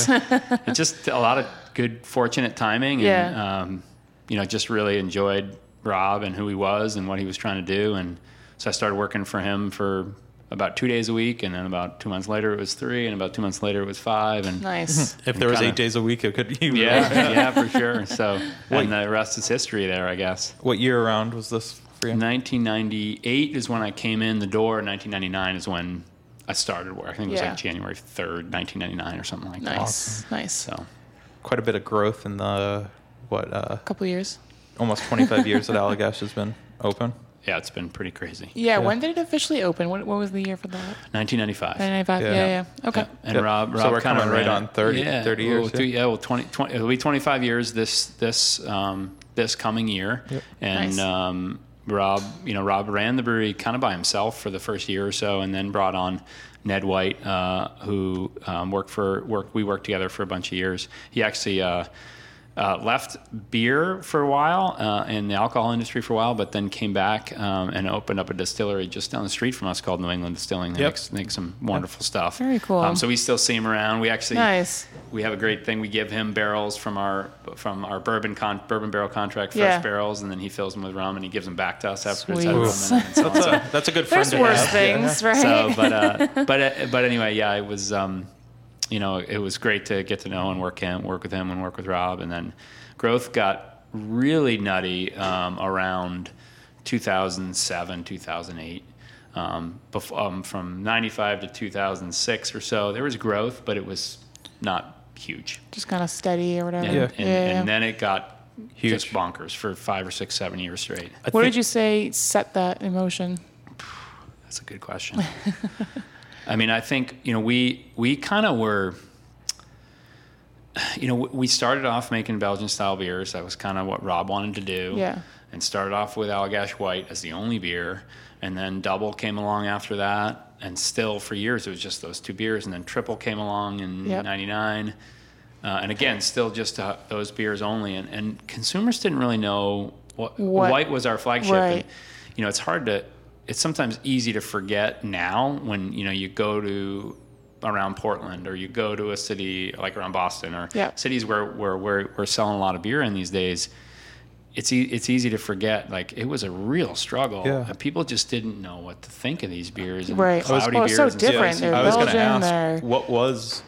D: it's just a lot of good, fortunate timing, and
A: Yeah.
D: um, you know, just really enjoyed Rob and who he was and what he was trying to do, and so I started working for him for about two days a week, and then about two months later it was three, and about two months later it was five, and
A: Nice.
B: If there was
D: Kinda.
B: eight days a week, it could. You
D: yeah, yeah, for sure. So, and the rest is history there, I guess.
B: What year around was this for you?
D: 1998 is when I came in the door. 1999 is when I started work. I think it was
A: Yeah.
D: like January 3rd, 1999 or something like
A: Nice.
D: that.
A: Nice. A
D: So,
B: Quite a bit of growth in the what uh,
A: couple years.
B: almost 25 years that Allagash has been open.
D: yeah, it's been pretty crazy.
A: Yeah, When did it officially open? What, what was the year for that?
D: 1995.
A: 1995. Yeah.
B: Yeah.
A: Yeah. Okay.
D: Yeah, And
B: Yeah.
D: Rob,
B: So
D: Rob
B: we're
D: kind of
B: coming right on 30
D: yeah, Oh,
B: 30
D: well,
B: years,
D: two-
B: yeah.
D: yeah, well, 20, 20 it'll be 25 years this this um, this coming year. And
A: Nice.
D: um, Rob, you know, Rob ran the brewery kind of by himself for the first year or so, and then brought on Ned White, uh, who um, worked for worked. We worked together for a bunch of years. He actually. Uh, uh, left beer for a while uh, in the alcohol industry for a while, but then came back um, and opened up a distillery just down the street from us called New England Distilling. They
B: Yep.
D: make, make some wonderful stuff.
A: Very cool.
D: Um, so we still see him around. We actually
A: Nice.
D: we have a great thing. We give him barrels from our from our bourbon con, bourbon barrel contract, fresh
A: Yeah.
D: barrels, and then he fills them with rum and he gives them back to us after it's
A: Sweet.
D: had rum in it. And so on.
B: That's a, that's a good friend
A: There's
B: to
A: worse
B: have.
A: things, right?
D: So, but uh, but uh, but anyway, yeah, it was um, you know it was great to get to know and work him, work with him, and work with Rob, and then growth got really nutty um, around 2007, 2008. Um, before, um, from 95 to 2006 or so, there was growth, but it was not huge.
A: Just kind of steady or whatever.
D: And,
A: Yeah.
D: and, and then it got
B: Huge.
D: just bonkers for five or six, seven years
B: I
D: straight.
A: what
B: think-
A: did you say set that in motion?
D: That's a good question. I mean, I think you know we we kind of were. You know, we- we started off making Belgian style beers. That was kind of what Rob wanted to do.
A: Yeah.
D: And started off with Allagash White as the only beer, and then Double came along after that, and still for years it was just those two beers, and then Triple came along in
A: Yep.
D: '99. Uh, and again, still just uh, those beers only, and, and consumers didn't really know what,
A: What-
D: white was our flagship.
A: Right.
D: And, you know, it's hard to, it's sometimes easy to forget now when, you know, you go to around Portland or you go to a city like around Boston or
A: Yeah.
D: cities where, where, where we're selling a lot of beer in these days. It's, e- it's easy to forget. Like it was a real struggle.
B: Yeah.
D: And people just didn't know what to think of these beers. And
A: Right.
D: Cloudy
A: Well, it's
D: beers.
A: so
D: and
A: different.
D: stuff.
A: They're
B: I was going to
A: Belgian,
B: ask,
A: they're-
B: what was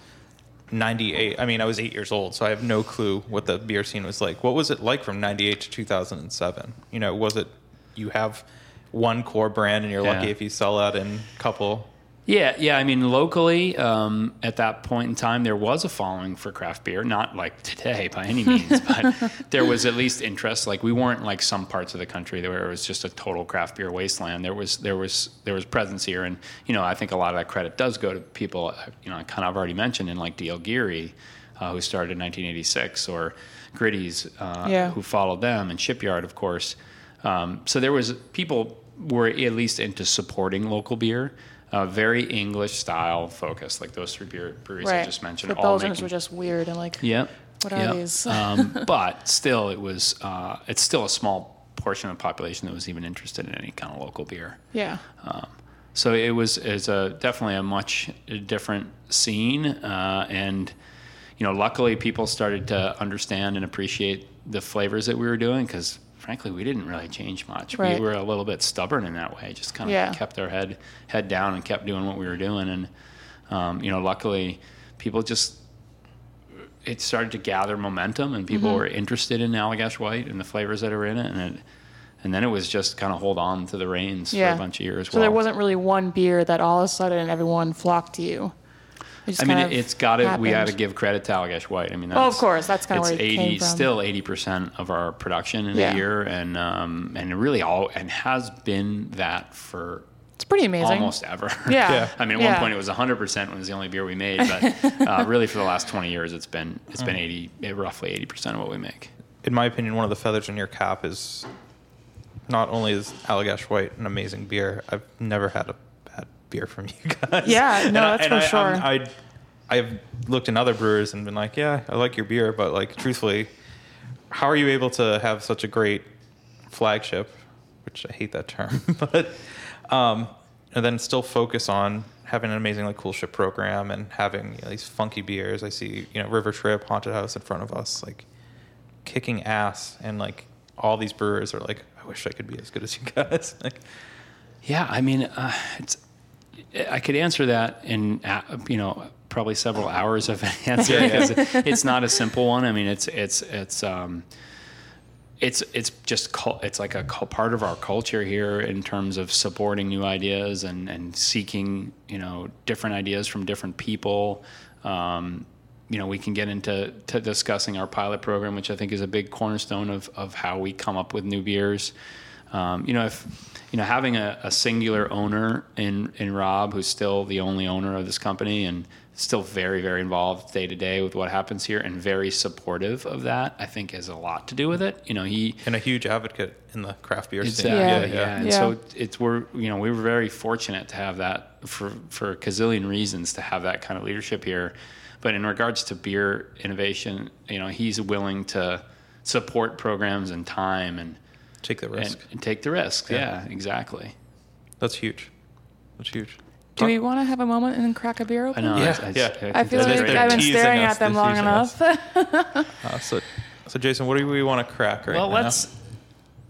B: 98? I mean, I was eight years old, so I have no clue what the beer scene was like. What was it like from 98 to 2007? You know, was it you have one core brand and you're
D: Yeah.
B: lucky if you sell out in a couple?
D: Yeah, yeah. I mean, locally, um, at that point in time, there was a following for craft beer. Not like today by any means, but there was at least interest. Like we weren't like some parts of the country where it was just a total craft beer wasteland. There was there was there was presence here, and you know, I think a lot of that credit does go to people. uh, You know, I kind of already mentioned in like D.L. Geary, uh, who started in 1986, or Gritty's, uh,
A: Yeah.
D: who followed them, and Shipyard, of course. Um, so there was people were at least into supporting local beer, uh, very English style focus, like those three beer breweries I
A: Right.
D: just mentioned.
A: the
D: all
A: Belgians
D: making-
A: were just weird and like.
D: Yep.
A: What are
D: Yep.
A: these?
D: um, but still, it was uh, it's still a small portion of the population that was even interested in any kind of local beer.
A: Yeah.
D: So it was is a definitely a much different scene, uh, and you know, luckily people started to understand and appreciate the flavors that we were doing because frankly we didn't really change much.
A: Right.
D: We were a little bit stubborn in that way, just kind of
A: Yeah.
D: kept our head head down and kept doing what we were doing. And um, you know, luckily people just it started to gather momentum and
A: Mm-hmm.
D: people were interested in Allagash White and the flavors that are in it and it and then it was just kind of hold on to the reins
A: Yeah.
D: for a bunch of years.
A: So there wasn't really one beer that all of a sudden everyone flocked to you. It just
D: I mean,
A: kind
D: it,
A: of
D: it's got to we got to
A: happened.
D: give credit to Allagash White. I mean, that's,
A: Oh, of course, that's kinda
D: it's
A: where it came from.
D: still eighty percent of our production in
A: Yeah.
D: a year, and um, and really all and has been that for
A: It's pretty amazing.
D: almost ever.
A: Yeah. Yeah.
D: I mean, at
A: Yeah.
D: one point it was hundred percent when it was the only beer we made, but uh, really for the last twenty years, it's been it's
A: Hmm.
D: been eighty roughly eighty percent of what we make.
B: in my opinion, one of the feathers in your cap is not only is Allagash White an amazing beer, I've never had a bad beer from you guys.
A: Yeah,
B: And
A: no,
B: I-
A: that's
B: and
A: for
B: I,
A: sure.
B: I'm- I, I've looked in other brewers and been like, yeah, I like your beer, but like truthfully, how are you able to have such a great flagship? Which I hate that term, but um, and then still focus on having an amazing like cool ship program and having you know, these funky beers. I see you know River Trip, Haunted House in front of us, like kicking ass and like all these brewers are like i wish i could be as good as you guys like
D: Yeah, I mean, uh, it's. I could answer that in uh, you know probably several hours of an answer
B: Yeah, yeah.
D: because it's not a simple one. I mean, it's it's it's um, it's it's just cul- it's like a cul- part of our culture here in terms of supporting new ideas and and seeking you know different ideas from different people. Um, you know, we can get into to discussing our pilot program, which I think is a big cornerstone of of how we come up with new beers. Um, you know, if you know having a, a singular owner in in Rob, who's still the only owner of this company and still very very involved day to day with what happens here and very supportive of that, I think has a lot to do with it. You know, he
B: and a huge advocate in the craft beer scene
D: Exactly.
A: Yeah.
D: Yeah. And
A: Yeah.
D: so it's we're you know we were very fortunate to have that for for a gazillion reasons to have that kind of leadership here. But in regards to beer innovation, you know he's willing to support programs and time and
B: take the
D: and,
B: risk
D: and take the risks.
B: Yeah.
D: Yeah. exactly.
B: that's huge that's huge
A: Do we want to have a moment and crack a beer
D: I
A: open?
D: know.
B: Yeah,
D: I, I,
B: yeah.
D: think
A: I feel
D: that's
A: like
D: great.
A: I've been
B: Teasing
A: staring
B: us,
A: at them
B: they're
A: long
B: teasing
A: enough.
B: uh, so so jason what do we want to crack right
D: well,
B: now
D: let's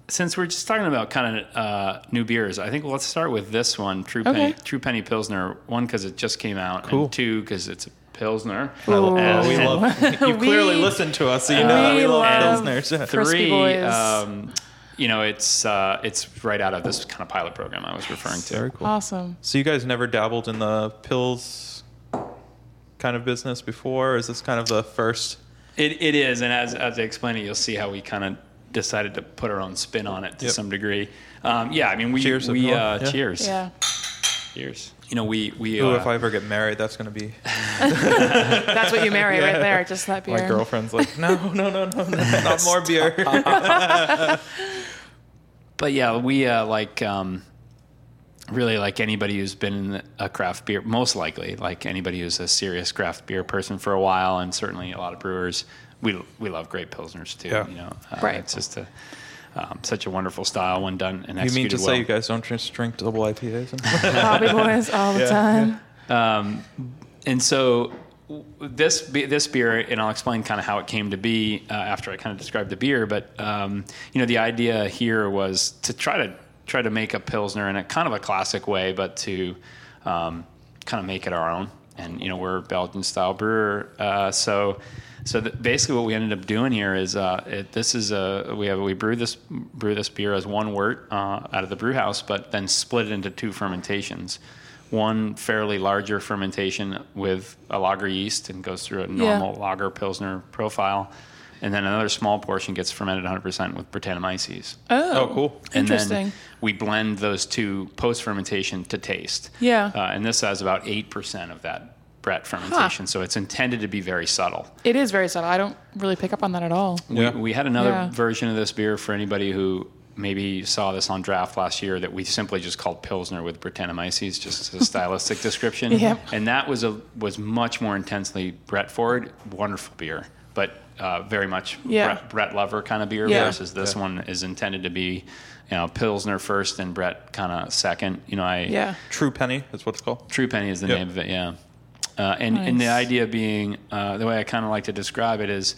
D: since we're just talking about kind of uh, new beers, I think let's start with this one, True Penny,
A: Okay.
D: True Penny Pilsner. One because it just came out,
B: Cool.
D: and two because it's a pilsner.
A: Ooh.
D: And-
B: we
D: and-
B: love you
A: We-
B: clearly listen to us so you know that
A: we
B: we
A: love
B: love pilsners
A: Crispy
D: three,
A: boys.
D: um, you know, it's uh, it's right out of this kind of pilot program I was referring to.
B: cool
A: awesome.
B: so you guys never dabbled in the pills kind of business before or is this kind of the first
D: It, it is, and as as I explain it, you'll see how we kind of decided to put our own spin on it to
B: Yep.
D: some degree. Um, yeah, I mean, we
B: Cheers,
D: we
B: everyone.
D: uh,
B: Yeah.
D: cheers,
A: Yeah.
D: cheers. You know, we we
B: Ooh,
D: uh,
B: if i ever get married that's going to be
A: That's what you marry right there, just that beer.
B: my girlfriend's like no no no no, no not more beer
D: but yeah, we uh, like um, really like anybody who's been in a craft beer, most likely like anybody who's a serious craft beer person for a while, and certainly a lot of brewers. We we love great pilsners too.
B: Yeah.
D: You know, uh,
A: Right.
D: It's just a um, such a wonderful style when done and
B: You
D: executed
B: mean to
D: well.
B: say you guys don't just drink double IPAs?
A: Bobby boys all the time.
D: and so w- this be- this beer, and I'll explain kind of how it came to be uh, after I kind of described the beer. But um, you know, the idea here was to try to try to make a pilsner in a kind of a classic way, but to um, kind of make it our own. And you know, we're a Belgian style brewer, uh, so so th- basically what we ended up doing here is uh, it, this is a we have we brew this brew this beer as one wort uh, out of the brew house, but then split it into two fermentations one fairly larger fermentation with a lager yeast and goes through a normal lager pilsner profile. And then another small portion gets fermented 100% with Brettanomyces.
A: Oh,
B: cool.
D: And
A: Interesting.
D: then we blend those two post fermentation to taste.
A: Yeah.
D: Uh, and this has about 8% of that Brett fermentation. So it's intended to be very subtle.
A: It is very subtle. I don't really pick up on that at all.
B: Yeah.
D: We, we had another
A: Yeah.
D: version of this beer for anybody who maybe saw this on draft last year that we simply just called Pilsner with Brettanomyces, just as a stylistic description.
A: Yep.
D: And that was a was much more intensely Brett forward, wonderful beer, but uh, very much
A: Yeah.
D: Brett, Brett lover kind of beer
A: Yeah.
D: versus this
B: Yeah.
D: one is intended to be, you know, Pilsner first and Brett kind of second. You know, I
A: Yeah.
B: True Penny is what it's called.
D: True Penny is the
B: Yep.
D: name of it, yeah. Uh, and, and the
A: Nice.
D: idea being, uh, the way I kind of like to describe it is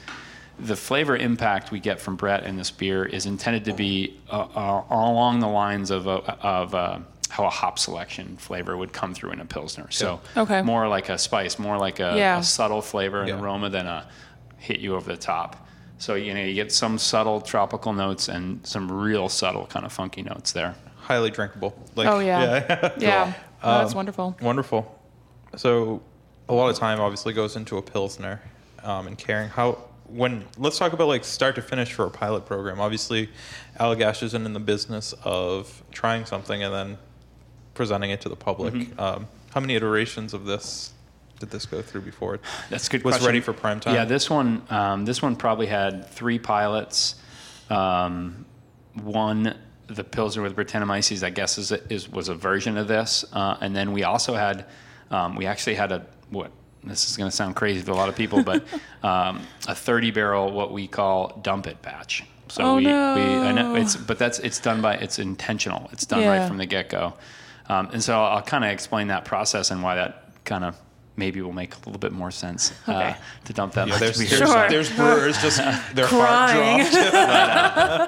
D: the flavor impact we get from Brett in this beer is intended to be uh, uh, along the lines of, a, of uh how a hop selection flavor would come through in a Pilsner. So
A: Okay.
D: more like a spice, more like a,
A: Yeah.
D: a subtle flavor and
B: Yeah.
D: aroma than a hit you over the top. So, you know, you get some subtle tropical notes and some real subtle kind of funky notes there.
B: Highly drinkable. Like,
A: Oh, yeah. Yeah. Oh,
D: Um,
A: that's wonderful.
B: Wonderful. So, a lot of time obviously goes into a pilsner um, and caring how. When let's talk about like start to finish for a pilot program. Obviously, Allagash isn't in the business of trying something and then presenting it to the public. Um, how many iterations of this did this go through before it
D: That's a good.
B: was
D: question.
B: ready for prime time?
D: Yeah, this one, um, this one probably had three pilots. Um, one, the Pilsner with Brettanomyces, I guess, is, is was a version of this, uh, and then we also had, um, we actually had a what. This is going to sound crazy to a lot of people, but um, a 30 barrel, what we call dump it batch. So
A: Oh,
D: we, we,
A: no.
D: I know it's, but that's, it's done by, it's intentional. It's done
A: Yeah.
D: right from the get go. Um, and so I'll, kind of explain that process and why that kind of maybe will make a little bit more sense
A: Okay.
D: uh, to dump that
B: Yeah,
D: much
B: there's,
D: beer.
B: there's,
A: Sure.
B: there's brewers just their
A: Crying.
B: heart dropped.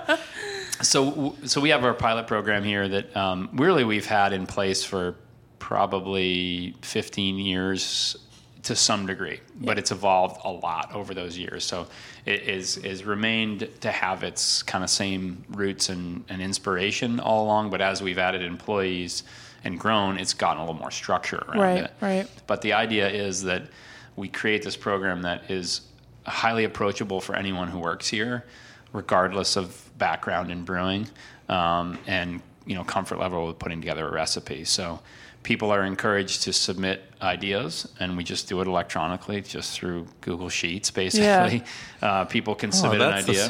D: So, w- so we have our pilot program here that um, really we've had in place for probably 15 years to some degree, but it's evolved a lot over those years. So it is is remained to have its kind of same roots and, and inspiration all along. But as we've added employees and grown, it's gotten a little more structure around
A: Right,
D: it.
A: right.
D: But the idea is that we create this program that is highly approachable for anyone who works here, regardless of background in brewing um, and you know comfort level with putting together a recipe. So people are encouraged to submit ideas, and we just do it electronically, just through Google Sheets, basically. Uh, people can
B: Oh,
D: submit an idea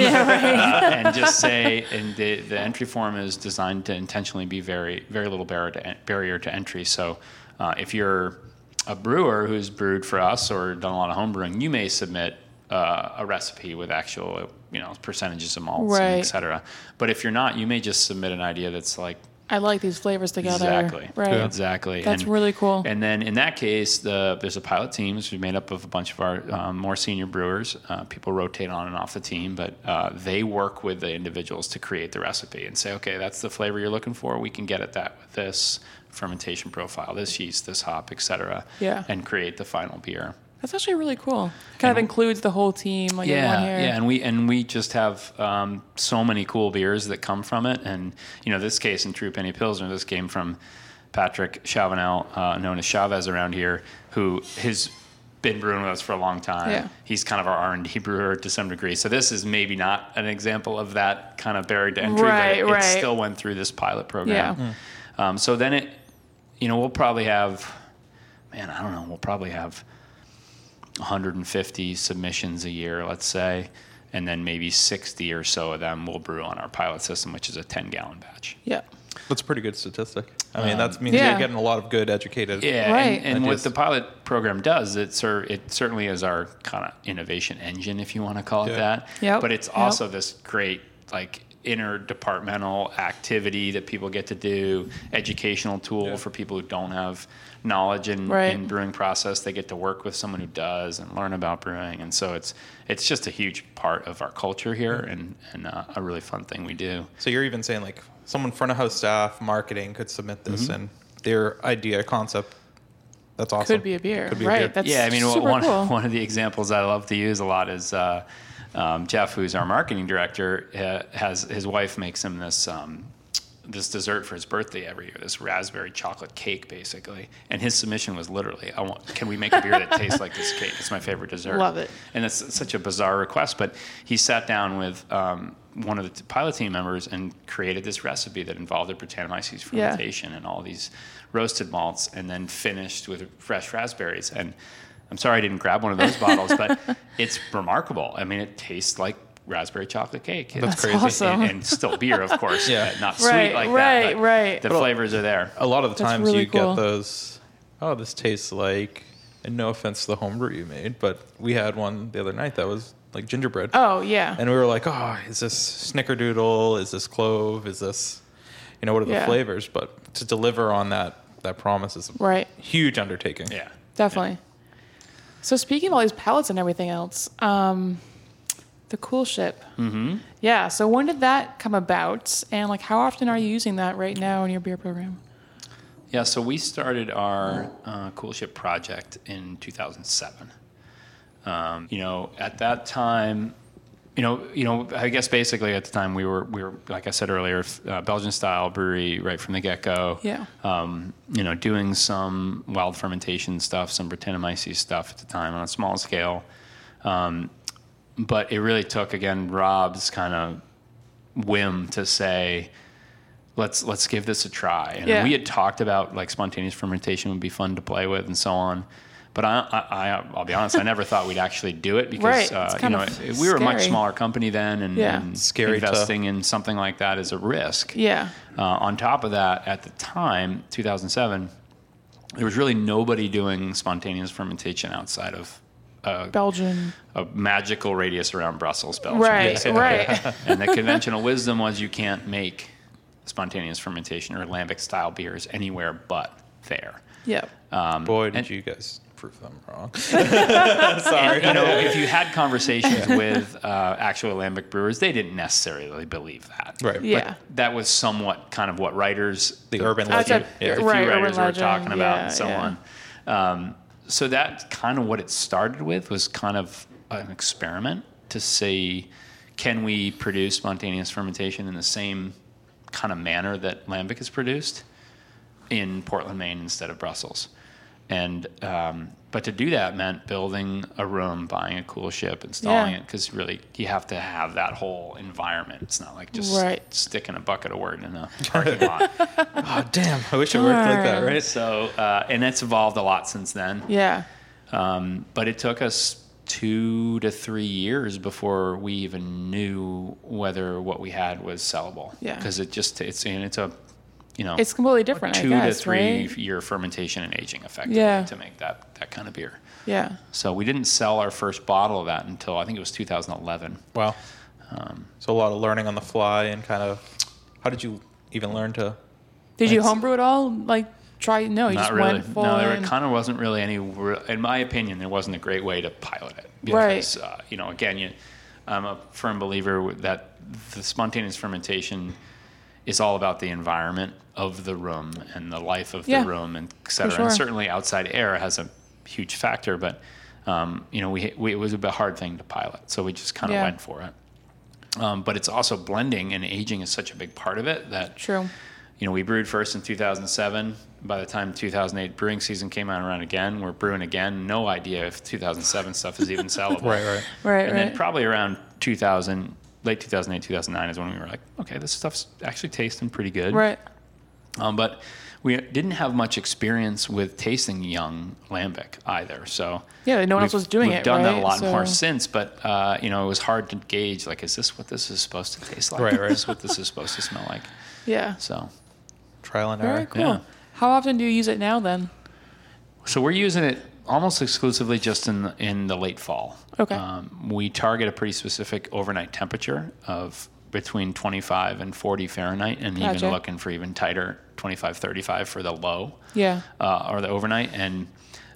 A: Yeah, right.
D: and just say, and the, the entry form is designed to intentionally be very, very little barrier to, en- barrier to entry. So uh, if you're a brewer who's brewed for us or done a lot of home brewing, you may submit uh, a recipe with actual, you know, percentages of malts, and
A: Right.
D: et cetera. But if you're not, you may just submit an idea that's like,
A: I like these flavors together.
D: Exactly.
A: Right.
D: Exactly.
A: That's really cool.
D: And then in that case, the there's a pilot team, which is made up of a bunch of our um, more senior brewers. Uh, people rotate on and off the team, but uh, they work with the individuals to create the recipe and say, okay, that's the flavor you're looking for. We can get at that with this fermentation profile, this yeast, this hop, etc.
A: Yeah.
D: And create the final beer.
A: That's actually really cool. Kind of includes the whole team, like in one here.
D: Yeah, and we and we just have um, so many cool beers that come from it. And you know, this case in True Penny Pilsner, this came from Patrick Chavanel, uh, known as Chavez around here, who has been brewing with us for a long time.
A: Yeah.
D: He's kind of our R and D brewer to some degree. So this is maybe not an example of that kind of barrier to entry,
A: Right,
D: but it,
A: right.
D: it still went through this pilot program.
A: Yeah.
D: Um, so then it, you know, we'll probably have, man, I don't know, we'll probably have 150 submissions a year, let's say, and then maybe 60 or so of them will brew on our pilot system, which is a 10 gallon batch.
A: yeah.
B: That's a pretty good statistic. I mean, that means
A: yeah.
B: you're getting a lot of good educated.
D: Yeah,
A: Right.
D: and, and what
B: Ideas.
D: the pilot program does, it, cer- it certainly is our kind of innovation engine, if you want to call it
B: Yeah.
D: that.
A: Yep,
D: But it's
A: yep.
D: also this great like interdepartmental activity that people get to do, educational tool
B: Yeah.
D: for people who don't have knowledge in,
A: Right.
D: in brewing process. They get to work with someone who does and learn about brewing, and so it's it's just a huge part of our culture here, and and uh, a really fun thing we do.
B: So you're even saying like someone front of house staff, marketing could submit this
D: Mm-hmm.
B: and their idea, concept. That's awesome.
A: Could be a beer.
B: Could be a
A: right.
B: beer.
A: That's
D: yeah, I mean,
A: super
D: one,
A: cool.
D: one of the examples I love to use a lot is uh, um, Jeff, who's our marketing director, ha- has his wife makes him this um, this dessert for his birthday every year, this raspberry chocolate cake, basically. And his submission was literally, I want, "Can we make a beer that tastes like this cake? It's my favorite dessert."
A: Love it.
D: And that's such a bizarre request, but he sat down with. Um, one of the t- pilot team members and created this recipe that involved a Brettanomyces
A: Yeah.
D: fermentation fermentation and all these roasted malts and then finished with fresh raspberries and i'm sorry i didn't grab one of those bottles but it's remarkable i mean it tastes like raspberry chocolate cake It's-
B: crazy.
A: That's awesome.
D: and, and still beer of course
B: Yeah.
D: but not
A: Right,
D: sweet like
A: right,
D: that but
A: right.
D: the flavors are there
B: a lot of the
A: That's
B: times
A: really
B: you
A: cool.
B: get those. Oh, this tastes like. And no offense to the homebrew you made, but we had one the other night that was like gingerbread.
A: Oh yeah.
B: and we were like, oh, is this snickerdoodle? Is this clove? Is this, you know, what are the
A: Yeah.
B: flavors? But to deliver on that that promise is a
A: Right.
B: huge undertaking.
D: yeah
A: Definitely. So speaking of all these pellets and everything else, um, the cool ship. Mm-hmm. Yeah. So when did that come about, and like how often are you using that right now in your beer program?
D: Yeah, so we started our uh, cool ship project in 2007. Um, you know, at that time, you know, you know, I guess basically at the time we were we were like I said earlier, f- uh, Belgian style brewery right from the get go.
A: Yeah.
D: Um, you know, doing some wild fermentation stuff, some Brettanomyces stuff at the time on a small scale. Um, but it really took again Rob's kind of whim to say, let's let's give this a try. And
A: Yeah.
D: we had talked about like spontaneous fermentation would be fun to play with and so on. But I, I, I I'll be honest, I never thought we'd actually do it because
A: Right. It's
D: uh, you
A: kind
D: know
A: of
D: it- we were a much
A: scary.
D: smaller company then, and,
A: Yeah.
D: and
B: Scary to-
D: investing in something like that is a risk.
A: Yeah.
D: Uh, on top of that, at the time, 2007, there was really nobody doing spontaneous fermentation outside of Uh,
A: Belgian.
D: a magical radius around Brussels, Belgium.
A: Right. Right.
D: and the conventional wisdom was you can't make spontaneous fermentation or lambic style beers anywhere but there.
A: Yep.
B: Boy, did
D: and-
B: you guys prove them wrong.
D: And, you know, if you had conversations with uh, actual lambic brewers, they didn't necessarily believe that.
B: Right. but
A: Yeah.
D: That was somewhat kind of what writers
B: The urban
A: That's
B: legend.
A: a-
B: yeah.
D: the
A: Right,
D: few
A: urban
D: writers
A: legend,
D: we were talking about
A: yeah,
D: and so
A: yeah.
D: on. Um, so that kind of what it started with was kind of an experiment to see can we produce spontaneous fermentation in the same kind of manner that lambic is produced in Portland, Maine instead of Brussels. And um, but to do that meant building a room, buying a cool ship, installing
A: Yeah.
D: it, because really you have to have that whole environment. It's not like just
A: Right.
D: sticking a bucket of word in a parking lot.
B: Oh, damn. I wish it worked like that,
A: Darn.
B: right?
D: So, uh, and that's evolved a lot since then.
A: Yeah.
D: Um, but it took us two to three years before we even knew whether what we had was sellable.
A: Yeah.
D: Because it just, it's, and it's a, you know,
A: It's completely different.
D: two
A: I guess,
D: to three
A: Right?
D: year fermentation and aging effectively
A: Yeah.
D: to make that, that kind of beer.
A: Yeah.
D: So we didn't sell our first bottle of that until I think it was 2011.
B: Wow. so a lot of learning on the fly and kind of how did you even learn to?
A: Did you
B: That's-
A: homebrew at all? Like try? No, you
D: Not
A: just
D: really.
A: went full.
D: No, there
A: in.
D: kind of wasn't really any. re- In my opinion, there wasn't a great way to pilot it
A: Right.
D: because uh, you know, again, you, I'm a firm believer that the spontaneous fermentation is all about the environment of the room and the life of
A: Yeah,
D: the room and et cetera.
A: sure.
D: And certainly, outside air has a huge factor, but um, you know, we, we it was a bit hard thing to pilot, so we just kind of
A: Yeah.
D: went for it. Um, but it's also blending and aging is such a big part of it that
A: True.
D: you know, we brewed first in 2007. By the time 2008 brewing season came out around again, we're brewing again. No idea if 2007 stuff is even sellable.
B: right.
A: Right. right.
D: And then probably around 2000, late 2008, 2009 is when we were like, okay, this stuff's actually tasting pretty good.
A: right.
D: Um, but we didn't have much experience with tasting young lambic either. So
A: Yeah, no one else
D: we've-
A: was doing
D: we've
A: it,
D: Done that a
A: right?
D: lot more
A: So-
D: since, but uh, you know, it was hard to gauge. Like, is this what this is supposed to taste like?
B: Right, right.
D: Is this what this is supposed to smell like?
A: Yeah.
D: So
B: Trial and
A: Very
B: error.
A: cool.
D: yeah.
A: How often do you use it now? Then.
D: So we're using it almost exclusively just in the, in the late fall.
A: Okay.
D: Um, we target a pretty specific overnight temperature of between 25 and 40 Fahrenheit, and
A: Gotcha.
D: even looking for even tighter 25, 35 for the low
A: Yeah.
D: uh, or the overnight. And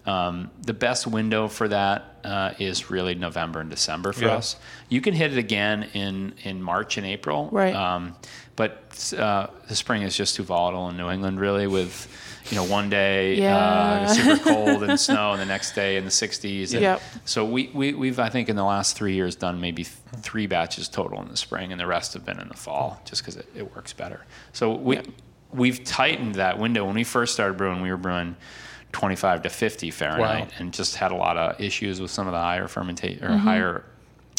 D: um, the best window for that uh, is really November and December for
B: Yeah.
D: us. You can hit it again in, in March and April.
A: Right.
D: Um, but uh, the spring is just too volatile in New England, really, with, you know, one day
A: Yeah.
D: uh, super cold and snow, and the next day in the 60s. And
A: Yep.
D: So we, we, we've, I think, in the last three years done maybe th- three batches total in the spring, and the rest have been in the fall just because it, it works better. So we, we've tightened that window. When we first started brewing, we were brewing 25 to 50 Fahrenheit
B: Wow.
D: and just had a lot of issues with some of the higher fermentation or higher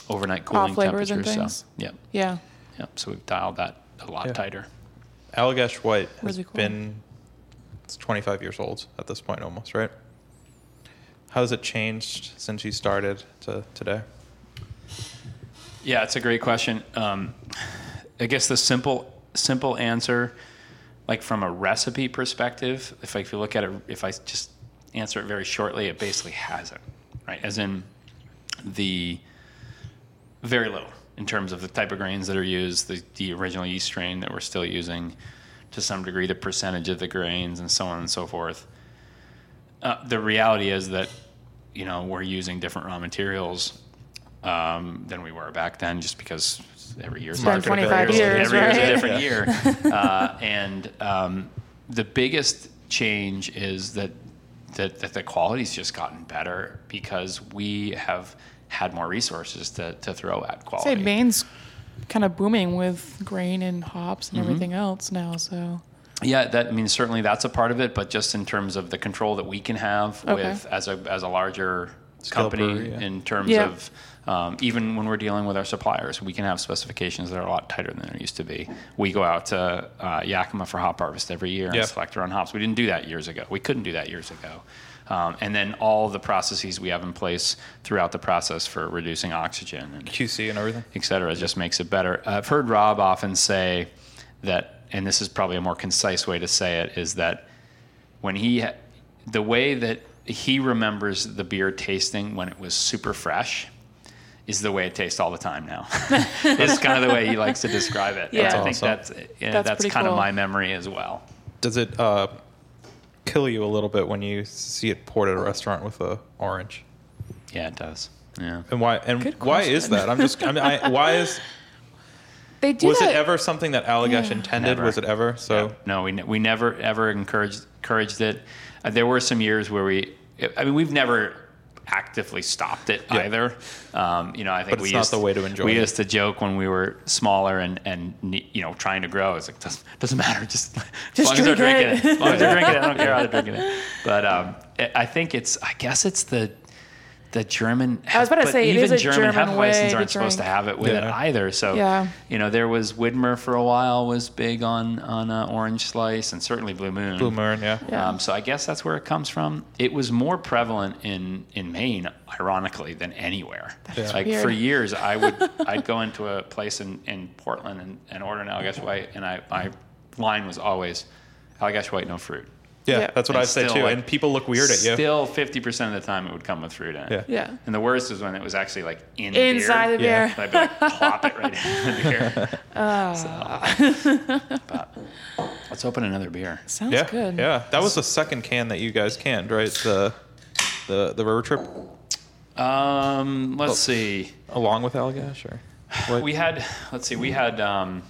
D: overnight cooling
A: flavors and
D: temperatures.
A: things.
D: So, yeah,
A: Yeah.
D: yeah. So we've dialed that a lot
B: Yeah.
D: tighter.
B: Allagash White has
A: Really cool.
B: been it's 25 years old at this point almost, right? How has it changed since you started to today?
D: Yeah, it's a great question. Um, I guess the simple simple answer, like from a recipe perspective, if I, if you look at it, if I just answer it very shortly, it basically hasn't, right? As in the very little in terms of the type of grains that are used, the, the original yeast strain that we're still using, to some degree, the percentage of the grains, and so on and so forth. uh, the reality is that you know we're using different raw materials um, than we were back then, just because every year's
A: been
D: market
A: 25 years,
D: every year's
A: right?
D: a different year. Uh, and um, the biggest change is that, that that the quality's just gotten better because we have had more resources to, to throw at
A: I'd say
D: quality.
A: Maine's kind of booming with grain and hops
D: Mm-hmm.
A: and everything else now. So
D: Yeah, that I mean certainly that's a part of it, but just in terms of the control that we can have
A: Okay.
D: with as a as a larger
B: Scalper,
D: company
B: yeah.
D: in terms
A: Yeah.
D: of um, even when we're dealing with our suppliers, we can have specifications that are a lot tighter than there used to be. We go out to uh, Yakima for hop harvest every year
B: Yeah.
D: and select our own hops. We didn't do that years ago. We couldn't do that years ago. Um, and then all the processes we have in place throughout the process for reducing oxygen and
B: QC and everything.
D: et cetera, just makes it better. Uh, I've heard Rob often say that, and this is probably a more concise way to say it, is that when he, the way that he remembers the beer tasting when it was super fresh is the way it tastes all the time now. it's kind of the way he likes to describe it. And
A: Yeah.
D: I think
B: Awesome.
D: that's, yeah,
A: That's
D: that's,
A: pretty
D: kind
A: cool.
D: of my memory as well.
B: Does it uh, kill you a little bit when you see it poured at a restaurant with a orange?
D: Yeah, it does. Yeah.
B: And why? And
A: Good
B: why is
A: question.
B: that? I'm just. I mean, I, why is?
A: they do
B: Was
A: that.
B: it ever something that Allagash intended?
D: Never.
B: Was it ever? So
D: No, we, ne- we never ever encouraged encouraged it. Uh, there were some years where we, I mean, we've never actively stopped it
B: Yeah.
D: either. Um, you know, I think
B: But
D: we
B: it's not
D: used
B: the way to enjoy
D: We
B: it.
D: used to joke when we were smaller and and ne- you know trying to grow. It's like doesn't doesn't matter. Just, as
A: Just
D: long as they're
A: drink
D: drinking
A: it.
D: it. As long as they're drinking it, I don't care how they're drinking it. But um, I- I think it's I guess it's the the German.
A: I was about to
D: but
A: say, it
D: even
A: is a
D: German,
A: German way
D: Hefeweizens
A: to
D: aren't supposed to
A: drink.
D: have it with it
B: Yeah.
D: either. So
A: Yeah.
D: you know, there was Widmer for a while was big on on uh, Orange Slice and certainly Blue Moon.
B: Blue Moon, yeah.
A: Yeah.
D: Um, so I guess that's where it comes from. It was more prevalent in in Maine, ironically, than anywhere.
B: is
D: Like
A: weird.
D: for years, I would I'd go into a place in, in Portland and, and order an Allagash White, and I my line was always Allagash White, no fruit.
B: Yeah,
A: Yeah.
B: that's what
D: And
B: I say
D: still,
B: too.
D: like,
B: and people look weird at you.
D: Still, fifty percent of the time, it would come with fruit in it.
B: Yeah.
A: yeah.
D: And the worst is when it was actually like in the
A: Inside the beer.
D: beer.
B: Yeah.
D: I'd be like, plop it right in the beer. So, but let's open another beer.
A: Sounds
B: yeah,
A: good.
B: yeah. That was the second can that you guys canned, right? The the the river trip
D: Um, let's see.
B: along with Allagash, or
D: We had, let's see, we had, um,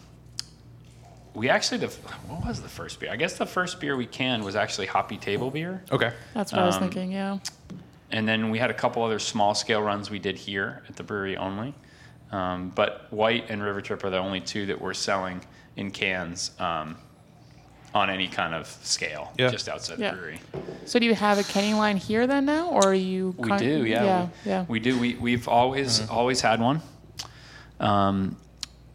D: we actually, the, what was the first beer? I guess the first beer we canned was actually Hoppy Table Beer.
B: okay.
A: That's what I was
D: Um,
A: thinking. Yeah.
D: And then we had a couple other small scale runs we did here at the brewery only. Um, but White and River Trip are the only two that we're selling in cans um, on any kind of scale,
B: Yeah.
D: just outside
A: Yeah.
D: the brewery.
A: So do you have a canning line here then now, or are you?
D: We
A: con-
D: do, yeah.
A: Yeah.
D: we,
A: yeah.
D: we do. We we've always always had one. Um,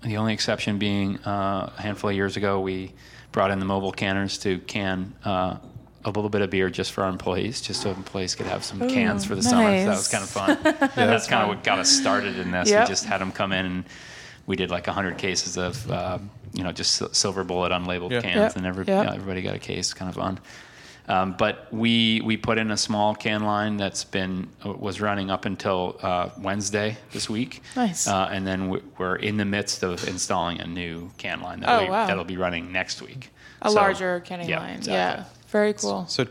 D: the only exception being uh, a handful of years ago, we brought in the mobile canners to can uh, a little bit of beer just for our employees, just so employees could have some cans
A: Ooh,
D: for the summer. So that
A: nice.
D: was kind of fun. that's kind of what got us started in this.
A: Yep.
D: We just had them come in and we did like 100 cases of, uh, you know, just sil- silver bullet unlabeled
B: Yeah.
D: cans
A: Yep,
D: and every,
A: yep.
D: yeah, everybody got a case. Kind of fun. Um, but we we put in a small can line that's been uh, was running up until uh, Wednesday this week.
A: Nice.
D: Uh, and then we- we're in the midst of installing a new can line that
A: Oh,
D: we,
A: wow.
D: that'll be running next week.
A: A
D: So-
A: larger canning
D: yeah,
A: line.
D: exactly.
A: Yeah. Very cool.
B: So,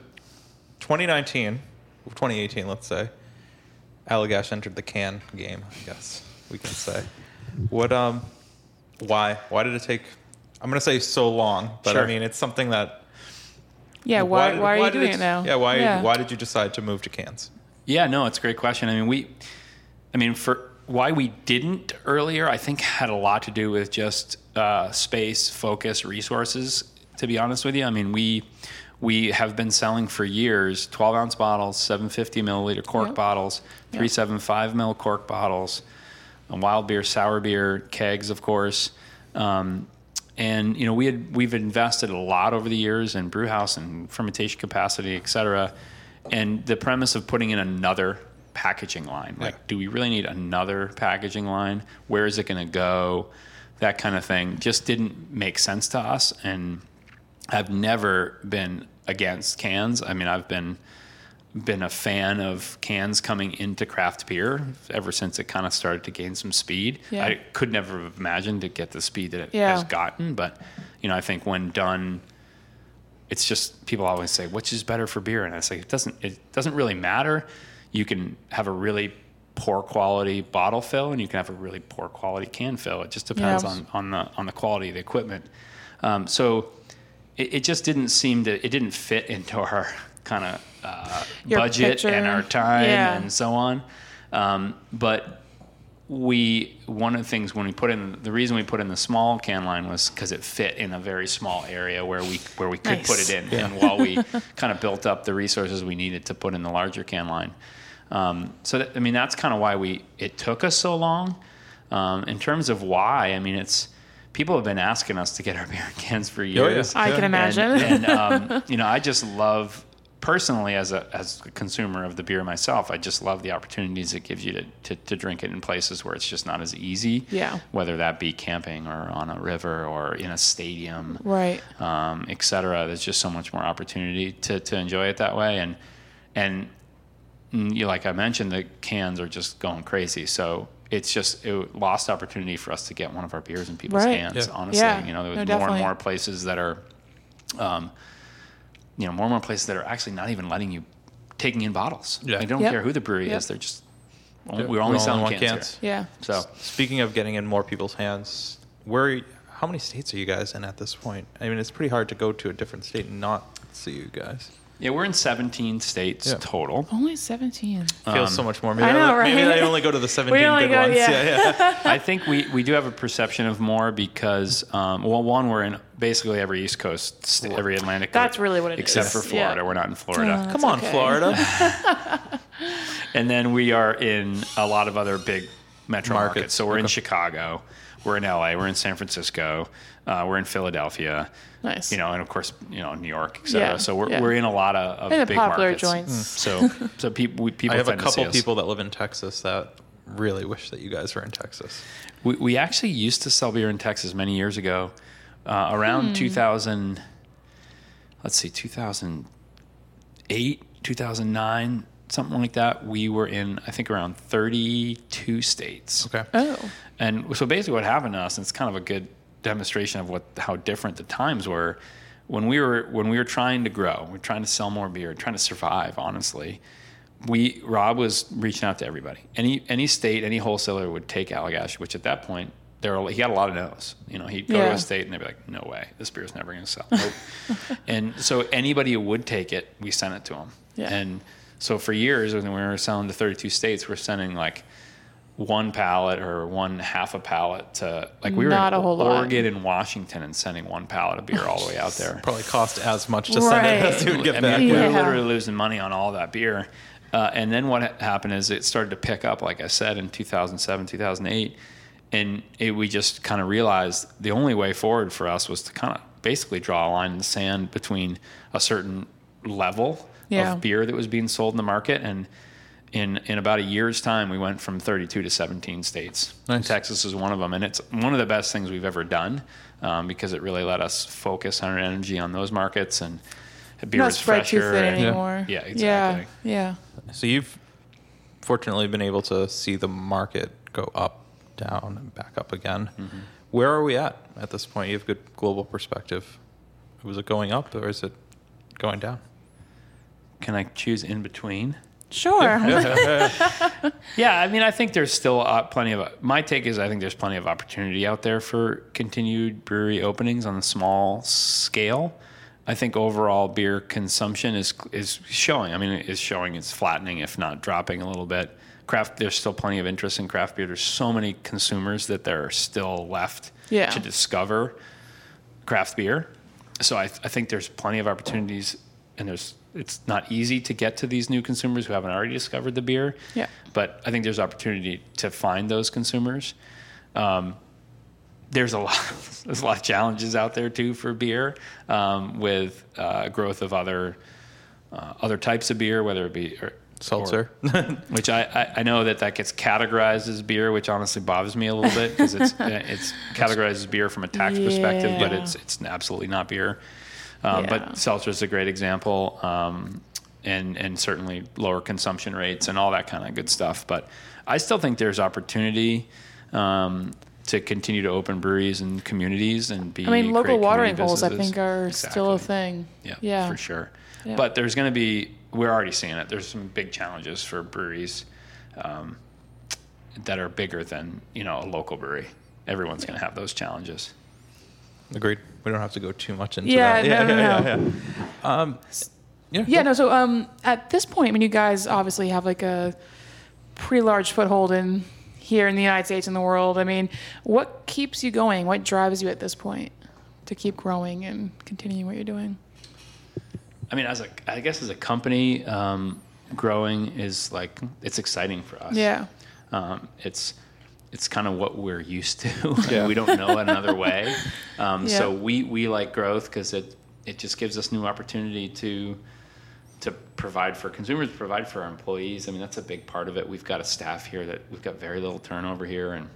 B: 2019, 2018, let's say, Allagash entered the can game. I guess we can say. What um, why why did it take? I'm gonna say so long, but I
D: Sure.
B: mean it's something that.
A: Yeah. Why? Why,
B: did-
A: are you
B: did
A: doing it now?
B: Yeah. Why why did you decide to move to cans?
D: Yeah, no, it's a great question. I mean, we, I mean, for why we didn't earlier, I think had a lot to do with just uh, space, focus, resources. To be honest with you, I mean, we we have been selling for years twelve ounce bottles, seven fifty milliliter cork
A: Yep.
D: bottles, three seven five mil cork bottles, and um, wild beer, sour beer kegs, of course. Um, and you know, we had we've invested a lot over the years in brew house and fermentation capacity, et cetera. And the premise of putting in another packaging line, like,
B: Yeah.
D: do we really need another packaging line? Where is it going to go? That kind of thing just didn't make sense to us. And I've never been against cans. I mean, I've been been a fan of cans coming into craft beer ever since it kind of started to gain some speed.
A: Yeah.
D: I could never have imagined to get the speed that it
A: Yeah.
D: has gotten, but you know, I think when done it's just people always say, "Which is better for beer?" And I say, "It doesn't. It doesn't really matter. You can have a really poor quality bottle fill, and you can have a really poor quality can fill. It just depends
A: Yeah.
D: on on the on the quality of the equipment." Um, so it, it just didn't seem to. It didn't fit into our kind of uh,
A: Your
D: budget and
A: picture.
D: our time
A: Yeah.
D: and so on. Um, but we one of the things when we put in the reason we put in the small can line was because it fit in a very small area where we where we could put
A: Nice.
D: it in, and while we kind of built up the resources we needed to put in the larger can line. Um, so that, I mean that's kind of why we it took us so long. Um, in terms of why, I mean it's people have been asking us to get our beer cans for
B: yeah.
D: years.
A: I can
B: Yeah.
A: imagine.
D: And, and um, you know, I just love personally as a as a consumer of the beer myself. I just love the opportunities it gives you to to, to drink it in places where it's just not as easy.
A: Yeah.
D: Whether that be camping or on a river or in a stadium
A: right.
D: um, et cetera. There's just so much more opportunity to, to enjoy it that way. And, and mm, you, like I mentioned, the cans are just going crazy. So it's just it lost opportunity for us to get one of our beers in people's
A: Right.
D: hands,
B: Yeah.
D: honestly.
A: Yeah.
D: You know, there was
A: No,
D: more
A: definitely.
D: and more places that are, um, you know, more and more places that are actually not even letting you taking in bottles.
B: Yeah.
D: They don't
A: Yep.
D: care who the brewery
A: Yep.
D: is. They're just, we're only selling
B: one
D: cans, here.
A: Yeah.
D: So
B: Speaking of getting in more people's hands, where how many states are you guys in at this point? I mean, it's pretty hard to go to a different state and not see you guys.
D: yeah, we're in 17 states
B: Yeah.
D: total.
A: Only 17.
B: Feels
D: Um,
B: so much more. Maybe
A: I know,
B: Maybe
A: right?
B: they only go to the 17
A: only
B: good
A: go-
B: ones.
A: yeah.
B: yeah. yeah.
D: I think we, we do have a perception of more because, um, well, one, we're in basically every East Coast, st- every Atlantic.
A: That's
D: coast,
A: really what it
D: except
A: is.
D: for Florida.
A: Yeah.
D: We're not in Florida.
B: Come on,
A: okay.
B: Florida.
D: And then we are in a lot of other big metro markets.
B: Markets,
D: So we're in
B: okay.
D: Chicago, we're in LA, we're in San Francisco, uh, we're in Philadelphia,
A: Nice.
D: you know, and of course, you know, New York, et cetera.
A: Yeah,
D: so we're,
A: yeah.
D: we're in a lot of, of
A: And the
D: big
A: popular
D: markets.
A: joints.
D: So, so people, we, people
B: I have a
D: tend to see
B: couple
D: us.
B: people that live in Texas that really wish that you guys were in Texas.
D: We, we actually used to sell beer in Texas many years ago, uh, around 2000. Let's see, 2008, 2009, something like that. We were in, I think, around 32 states.
B: Okay.
A: Oh.
D: And so basically, what happened to us, and it's kind of a good demonstration of what how different the times were. When we were when we were trying to grow, we are trying to sell more beer, trying to survive. Honestly, we Rob was reaching out to everybody. Any any state, any wholesaler would take Allagash, which at that point there were- he had a lot of no's. You know, he'd go to
A: Yeah.
D: a state and they'd be like, "No way, this beer's never going to sell." Nope. and so anybody who would take it, we sent it to them.
A: Yeah.
D: And so for years, when we were selling to 32 states, we're sending like one pallet or one half a pallet to like we were
A: Not
D: in
A: a whole lot.
D: Oregon and Washington and sending one pallet of beer all the way out there.
B: Probably cost as much to send it as you would get
D: I
B: back.
D: mean, we
A: Yeah.
D: were literally losing money on all that beer. Uh, and then what ha- happened is it started to pick up, like I said, in 2007, 2008. And it, we just kind of realized the only way forward for us was to kind of basically draw a line in the sand between a certain level
A: Yeah.
D: of beer that was being sold in the market. And in, in about a year's time, we went from 32 to 17 states.
B: Nice.
D: Texas is one of them. And it's one of the best things we've ever done um, because it really let us focus our energy on those markets and beer
A: Not
D: is
A: spread too
D: fresher.
A: thin
D: and-
A: anymore.
D: Yeah, exactly.
A: Yeah. yeah.
B: So you've fortunately been able to see the market go up, down, and back up again.
D: Mm-hmm.
B: Where are we at at this point? You have good global perspective. Was it going up or is it going down?
D: Can I choose in between?
A: Sure.
D: Yeah, I mean, I think there's still uh, plenty of. My take is I think there's plenty of opportunity out there for continued brewery openings on a small scale. I think overall beer consumption is is showing. I mean, it's showing it's flattening, if not dropping a little bit. Craft, there's still plenty of interest in craft beer. There's so many consumers that there are still left
A: Yeah.
D: to discover craft beer. So I, I think there's plenty of opportunities, and there's it's not easy to get to these new consumers who haven't already discovered the beer.
A: Yeah.
D: But I think there's opportunity to find those consumers. Um, there's a lot there's a lot of challenges out there too for beer um, with uh, growth of other uh, other types of beer, whether it be or,
B: Seltzer.
D: which I, I, I know that that gets categorized as beer, which honestly bothers me a little bit because it's uh, it's categorized as beer from a tax perspective, but
A: Yeah.
D: it's it's absolutely not beer. Um,
A: Yeah.
D: But seltzer is a great example, um, and and certainly lower consumption rates and all that kind of good stuff. But I still think there's opportunity um, to continue to open breweries and communities and be.
A: I mean, local
D: create community
A: watering holes, I
D: businesses.
A: think, are still a
D: Exactly.
A: thing.
D: Yeah,
A: Yeah.
D: for sure.
A: Yeah.
D: But there's going to be, we're already seeing it. There's some big challenges for breweries um, that are bigger than, you know, a local brewery. Everyone's going to have those challenges.
B: Agreed. We don't have to go too much into
A: Yeah,
B: that.
A: no, no,
B: yeah, yeah, yeah. Um, yeah,
A: Yeah, no. So um, at this point, I mean, you guys obviously have like a pretty large foothold in here in the United States and the world. I mean, what keeps you going? What drives you at this point to keep growing and continuing what you're doing?
D: I mean, as a, I guess as a company, um, growing is like, it's exciting for us.
A: Yeah,
D: Um, it's it's kind of what we're used to.
B: Yeah.
D: we don't know another way. Um, So
A: Yeah.
D: we we like growth because it it just gives us new opportunity to to provide for consumers, provide for our employees. I mean, that's a big part of it. We've got a staff here that we've got very little turnover here, and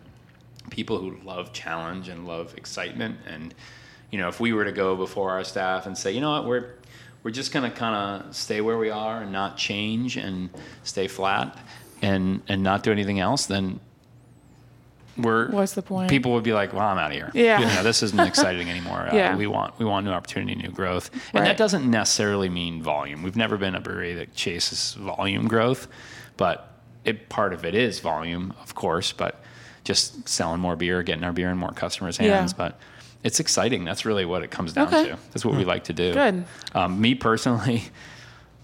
D: people who love challenge and love excitement. And you know, if we were to go before our staff and say, you know what, we're we're just gonna kind of stay where we are and not change and stay flat and and not do anything else, then we're
A: What's the point?
D: People would be like, well, I'm out of here.
A: Yeah.
D: you know, this isn't exciting anymore. Uh,
A: Yeah.
D: we want we want new opportunity, new growth, and
A: Right.
D: that doesn't necessarily mean volume. We've never been a brewery that chases volume growth, but it, part of it is volume, of course, but just selling more beer, getting our beer in more customers'
A: Yeah.
D: hands. But it's exciting. That's really what it comes down
A: Okay. Hmm.
D: to. That's what we like to do.
A: Good.
D: Um, me personally,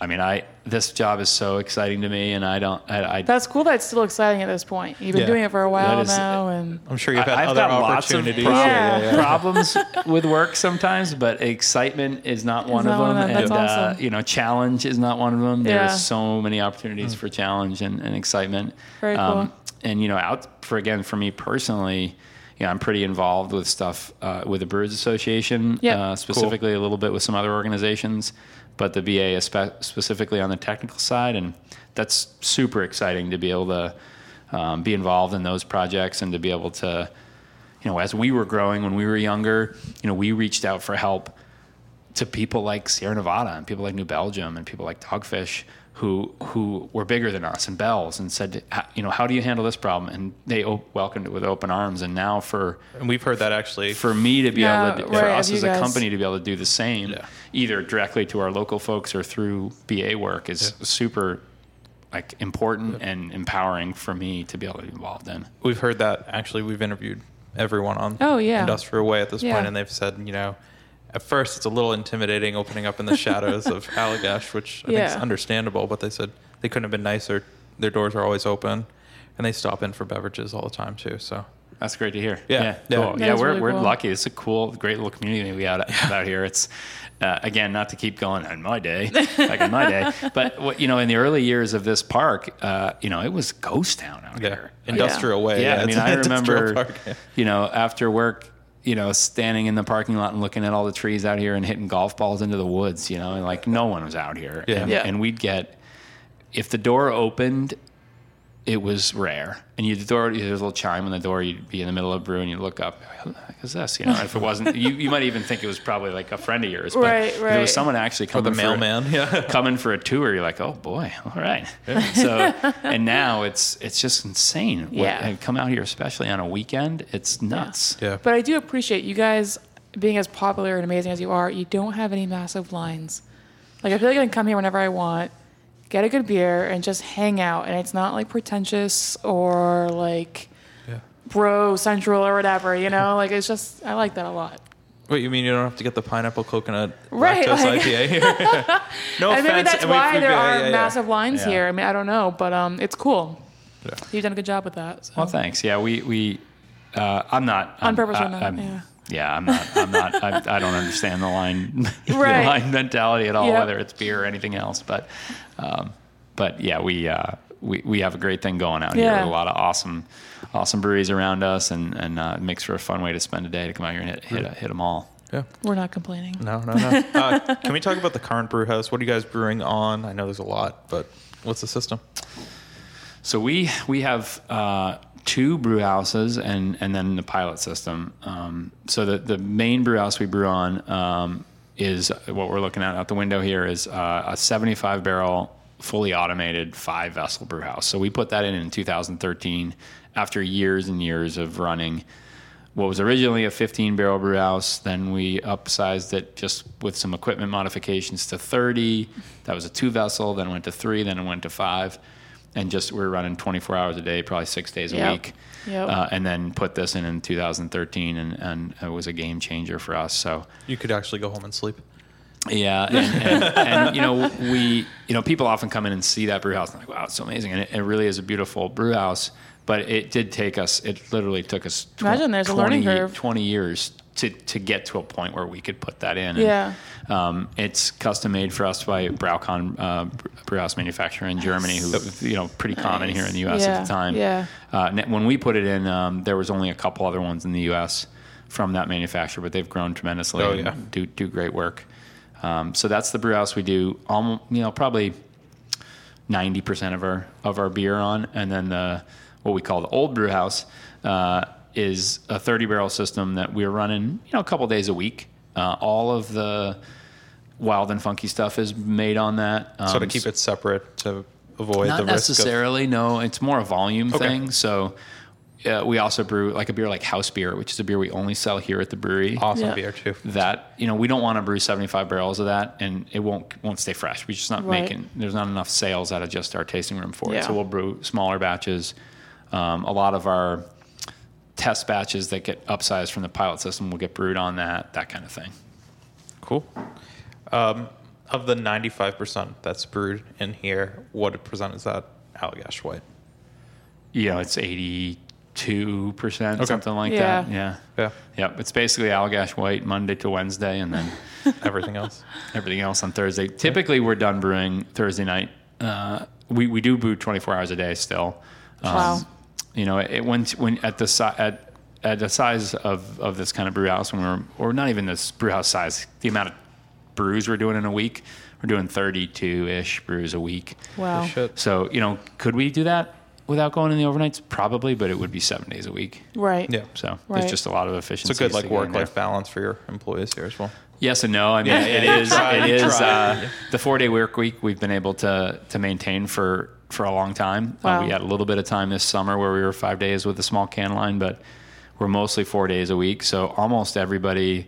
D: I mean, I this job is so exciting to me, and I don't. I, I
A: that's cool. That's still exciting at this point. You've been
B: Yeah.
A: doing it for a while
D: is-
A: now, and
B: I'm sure you've had
D: I- I've
B: other
D: got lots of
B: opportunities.
D: prob-
A: Yeah, yeah,
D: problems with work sometimes, but excitement is not one
A: not
D: of
A: one
D: them.
A: of them.
D: and
A: That's
D: uh,
A: awesome.
D: you know, challenge is not one of them. There
A: Yeah.
D: are so many opportunities for challenge and, and excitement. Um,
A: Very cool.
D: And you know, out for again for me personally. You know, I'm pretty involved with stuff uh, with the Brewers Association,
A: Yep.
D: uh, specifically a little bit with some other organizations, but the BA is spe- specifically on the technical side, and that's super exciting to be able to um, be involved in those projects and to be able to you know, as we were growing when we were younger, you know, we reached out for help to people like Sierra Nevada and people like New Belgium and people like Dogfish who who were bigger than us and Bells and said, "H- you know, how do you handle this problem? And they o- welcomed it with open arms. And now for
B: and we've heard that actually.
D: for me to be
A: Yeah,
D: able to,
A: right,
D: for
A: of
D: us
A: you
D: as a
A: guys.
D: company to be able to do the same,
B: Yeah.
D: either directly to our local folks or through BA work is super like important and empowering for me to be able to be involved in.
B: we've heard that actually we've interviewed everyone on
A: Oh, yeah.
B: industrial way at this point,
A: Yeah.
B: and they've said you know at first it's a little intimidating opening up in the shadows of Allagash which I think
A: Yeah.
B: is understandable but they said they couldn't have been nicer their doors are always open and they stop in for beverages all the time too so
D: That's great to hear.
B: Yeah,
D: yeah,
B: yeah.
D: cool.
B: That
D: yeah
A: is
D: we're,
A: really
D: we're
A: cool.
D: lucky. It's a cool, great little community we out out here. It's uh, again not to keep going on my day, like in my day, but what you know, in the early years of this park, uh, you know, it was ghost town out
B: yeah
D: here.
B: industrial way
D: Yeah, I
B: it's
D: mean,
B: an
D: I
B: industrial
D: remember,
B: park, yeah.
D: you know, after work, you know, standing in the parking lot and looking at all the trees out here and hitting golf balls into the woods, you know, and like no one was out here.
B: Yeah.
D: And,
A: Yeah.
D: and we'd get, if the door opened, it was rare. And you'd the door, there's a little chime on the door, you'd be in the middle of a brew and you'd look up, who the heck is this? You know, if it wasn't, you, you might even think it was probably like a friend of yours. But
A: Right,
D: if it
A: right.
D: was someone actually
B: or
D: coming
B: the
D: for-
B: mailman yeah
D: coming for a tour, you're like, oh boy, all right. So, and now it's it's just insane. What-
A: Yeah.
D: and come out here, especially on a weekend, it's nuts.
B: yeah
A: But I do appreciate you guys being as popular and amazing as you are. You don't have any massive lines. Like I feel like I can come here whenever I want, get a good beer, and just hang out. And it's not like pretentious or like bro central or whatever. You know, like it's just I like that a lot.
B: Wait, you mean you don't have to get the pineapple coconut
A: Right,
B: lactose
A: like-
B: IPA here? no
A: And
B: offense.
A: maybe that's
B: and we-
A: why
B: we-
A: there
B: yeah,
A: are
B: yeah, yeah.
A: massive lines
D: Yeah.
A: here. I mean, I don't know, but um, it's cool.
B: Yeah.
A: You've done a good job with that. So.
D: Well, thanks. Yeah, we we. Uh, I'm not
A: On
D: I'm-
A: purpose or
D: I-
A: not,
D: I'm-
A: yeah.
D: Yeah, I'm not. I'm not. I, I don't understand the line, the
A: Right.
D: line mentality at all,
A: Yep.
D: whether it's beer or anything else. But, um, but yeah, we uh, we we have a great thing going out here.
A: Yeah.
D: With a lot of awesome, awesome breweries around us, and and uh, it makes for a fun way to spend a day to come out here and hit hit, hit them all.
B: Yeah.
A: We're not complaining.
B: No, no, no. uh, can we talk about the current brew house? What are you guys brewing on? I know there's a lot, but what's the system?
D: So we we have uh, two brew houses and and then the pilot system. Um, so the the main brew house we brew on um, is what we're looking at out the window here is uh, a 75 barrel fully automated five vessel brew house. So we put that in in 2013 after years and years of running what was originally a 15 barrel brew house. Then we upsized it just with some equipment modifications to 30. That was a two vessel. Then it went to three. Then it went to five. And just we were running 24 hours a day, probably six days a
A: Yep.
D: week.
A: Yep.
D: Uh, and then put this in in 2013, and, and it was a game changer for us. So
B: You could actually go home and sleep.
D: yeah, and, and, and you know we, you know, people often come in and see that brew house and like, wow, it's so amazing, and it, it really is a beautiful brew house. But it did take us. It literally took us. tw-
A: Imagine there's a learning curve.
D: Twenty years to to get to a point where we could put that in. And,
A: Yeah.
D: um, it's custom made for us by Braucon uh, brew house manufacturer in Germany, who you know pretty common here in the U.S.
A: Yeah,
D: at the time.
A: yeah.
D: Uh, and when we put it in, um, there was only a couple other ones in the U.S. from that manufacturer, but they've grown tremendously.
B: Oh,
D: and
B: yeah.
D: do do great work. Um, so that's the brew house we do. Almost, you know, probably ninety percent of our of our beer on, and then the what we call the old brew house uh, is a thirty barrel system that we're running, you know, a couple days a week. Uh, all of the wild and funky stuff is made on that. Um,
B: So to keep it separate to avoid
D: not
B: the risk of
D: necessarily. No, it's more a volume
B: Okay.
D: thing. So. Uh, we also brew like a beer like house beer, which is a beer we only sell here at the brewery
B: awesome
A: Yeah.
B: beer too.
D: that you know we don't want to brew 75 barrels of that and it won't won't stay fresh we're just not
A: Right.
D: making there's not enough sales out of just our tasting room for
A: Yeah.
D: it so we'll brew smaller batches um, a lot of our test batches that get upsized from the pilot system will get brewed on that that kind of thing
B: Cool. Um, of the 95% that's brewed in here, what percent is that Allagash White?
D: you know it's 82 percent something like
A: Yeah.
D: that yeah
B: Yeah.
D: Yep, it's basically Allagash White Monday to Wednesday, and then
B: Everything else?
D: everything else on Thursday. Typically, we're done brewing Thursday night. Uh, we we do brew 24 hours a day still. Um,
A: Wow.
D: You know, it, when when at the si- at at the size of, of this kind of brew house, when we're or not even this brew house size, the amount of brews we're doing in a week, we're doing 32 ish brews a week.
A: Wow.
B: Shit.
D: So you know, could we do that without going in the overnights? Probably, but it would be seven days a week.
A: Right.
B: Yeah.
D: So
A: Right.
D: there's just a lot of efficiency.
B: It's a good like work life balance for your employees here as well.
D: Yes and no. I mean, it is
B: tried,
D: it
B: you
D: is
B: tried.
D: uh, the four day work week we've been able to to maintain for for a long time.
A: Wow.
D: Uh, we had a little bit of time this summer where we were five days with a small can line, but we're mostly four days a week. So almost everybody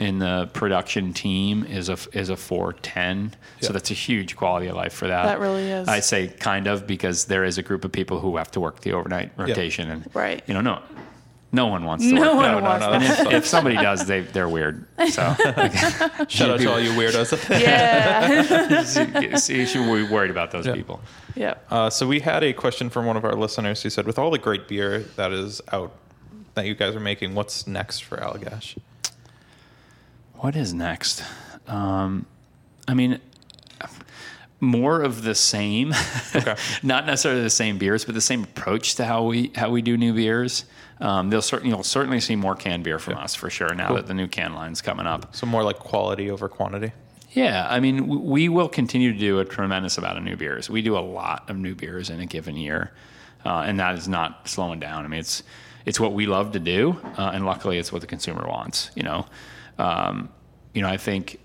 D: in the production team is a is a four ten. So that's a huge quality of life for that.
A: That really is.
D: I say kind of because there is a group of people who have to work the overnight rotation, and
A: Right.
D: you know, no, no one wants to
A: No
D: work
A: one
D: that.
A: wants
D: And
A: that.
D: if, if somebody does, they they're weird. So.
B: Shout out to all you weirdos.
A: Yeah.
D: See, you should be worried about those people.
A: yeah.
B: Uh, so we had a question from one of our listeners who said, with all the great beer that is out that you guys are making, what's next for Allagash?
D: What is next? Um, I mean, more of the same.
B: Okay.
D: Not necessarily the same beers, but the same approach to how we how we do new beers. Um, they'll certainly you'll certainly see more canned beer from us for sure now that the new can line's coming up.
B: So more like quality over quantity.
D: Yeah, I mean, w- we will continue to do a tremendous amount of new beers. We do a lot of new beers in a given year, uh, and that is not slowing down. I mean, it's it's what we love to do, uh, and luckily, it's what the consumer wants. You know, um, you know, I think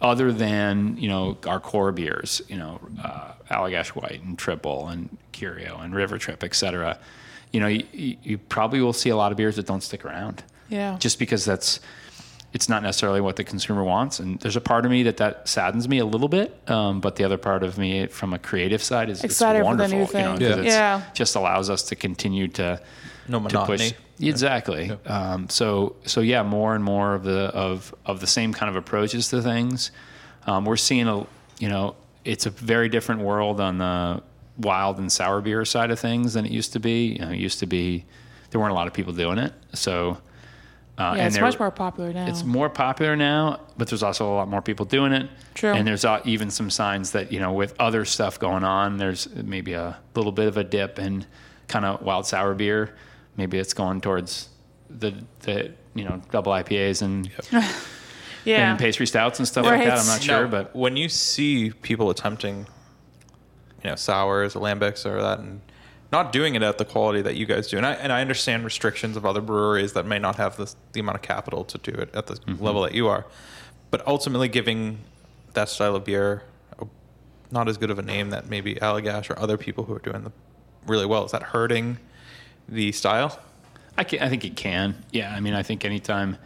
D: other than you know our core beers, you know, uh, Allagash White and Triple and Curio and River Trip, et cetera, you know, you, you you probably will see a lot of beers that don't stick around
A: Yeah.
D: just because that's it's not necessarily what the consumer wants and there's a part of me that that saddens me a little bit um, but the other part of me from a creative side is
A: Excited
D: it's
A: for the
D: wonderful
A: new
D: you know
A: thing. Yeah.
D: 'cause it's-
A: Yeah.
D: just allows us to continue to
B: No
D: to push
B: monotony.
D: exactly um, so so yeah more and more of the of of the same kind of approaches to things um, we're seeing a you know it's a very different world on the wild and sour beer side of things than it used to be you know it used to be there weren't a lot of people doing it so
A: Yeah,
D: uh, and
A: it's
D: there-
A: much more popular now.
D: it's more popular now, but there's also a lot more people doing it.
A: True.
D: And there's uh, even some signs that you know, with other stuff going on, there's maybe a little bit of a dip in kind of wild sour beer. Maybe it's going towards the the you know double IPAs and,
A: yeah.
D: and pastry stouts and stuff
A: Right.
D: like that. I'm not sure,
B: Now,
D: but
B: when you see people attempting, you know, sours, lambics, or that, and not doing it at the quality that you guys do, and I and I understand restrictions of other breweries that may not have this, the amount of capital to do it at the
D: Mm-hmm.
B: level that you are, but ultimately giving that style of beer a, not as good of a name that maybe Allagash or other people who are doing the really well is that hurting the style?
D: I, can, I think it can. Yeah, I mean, I think anytime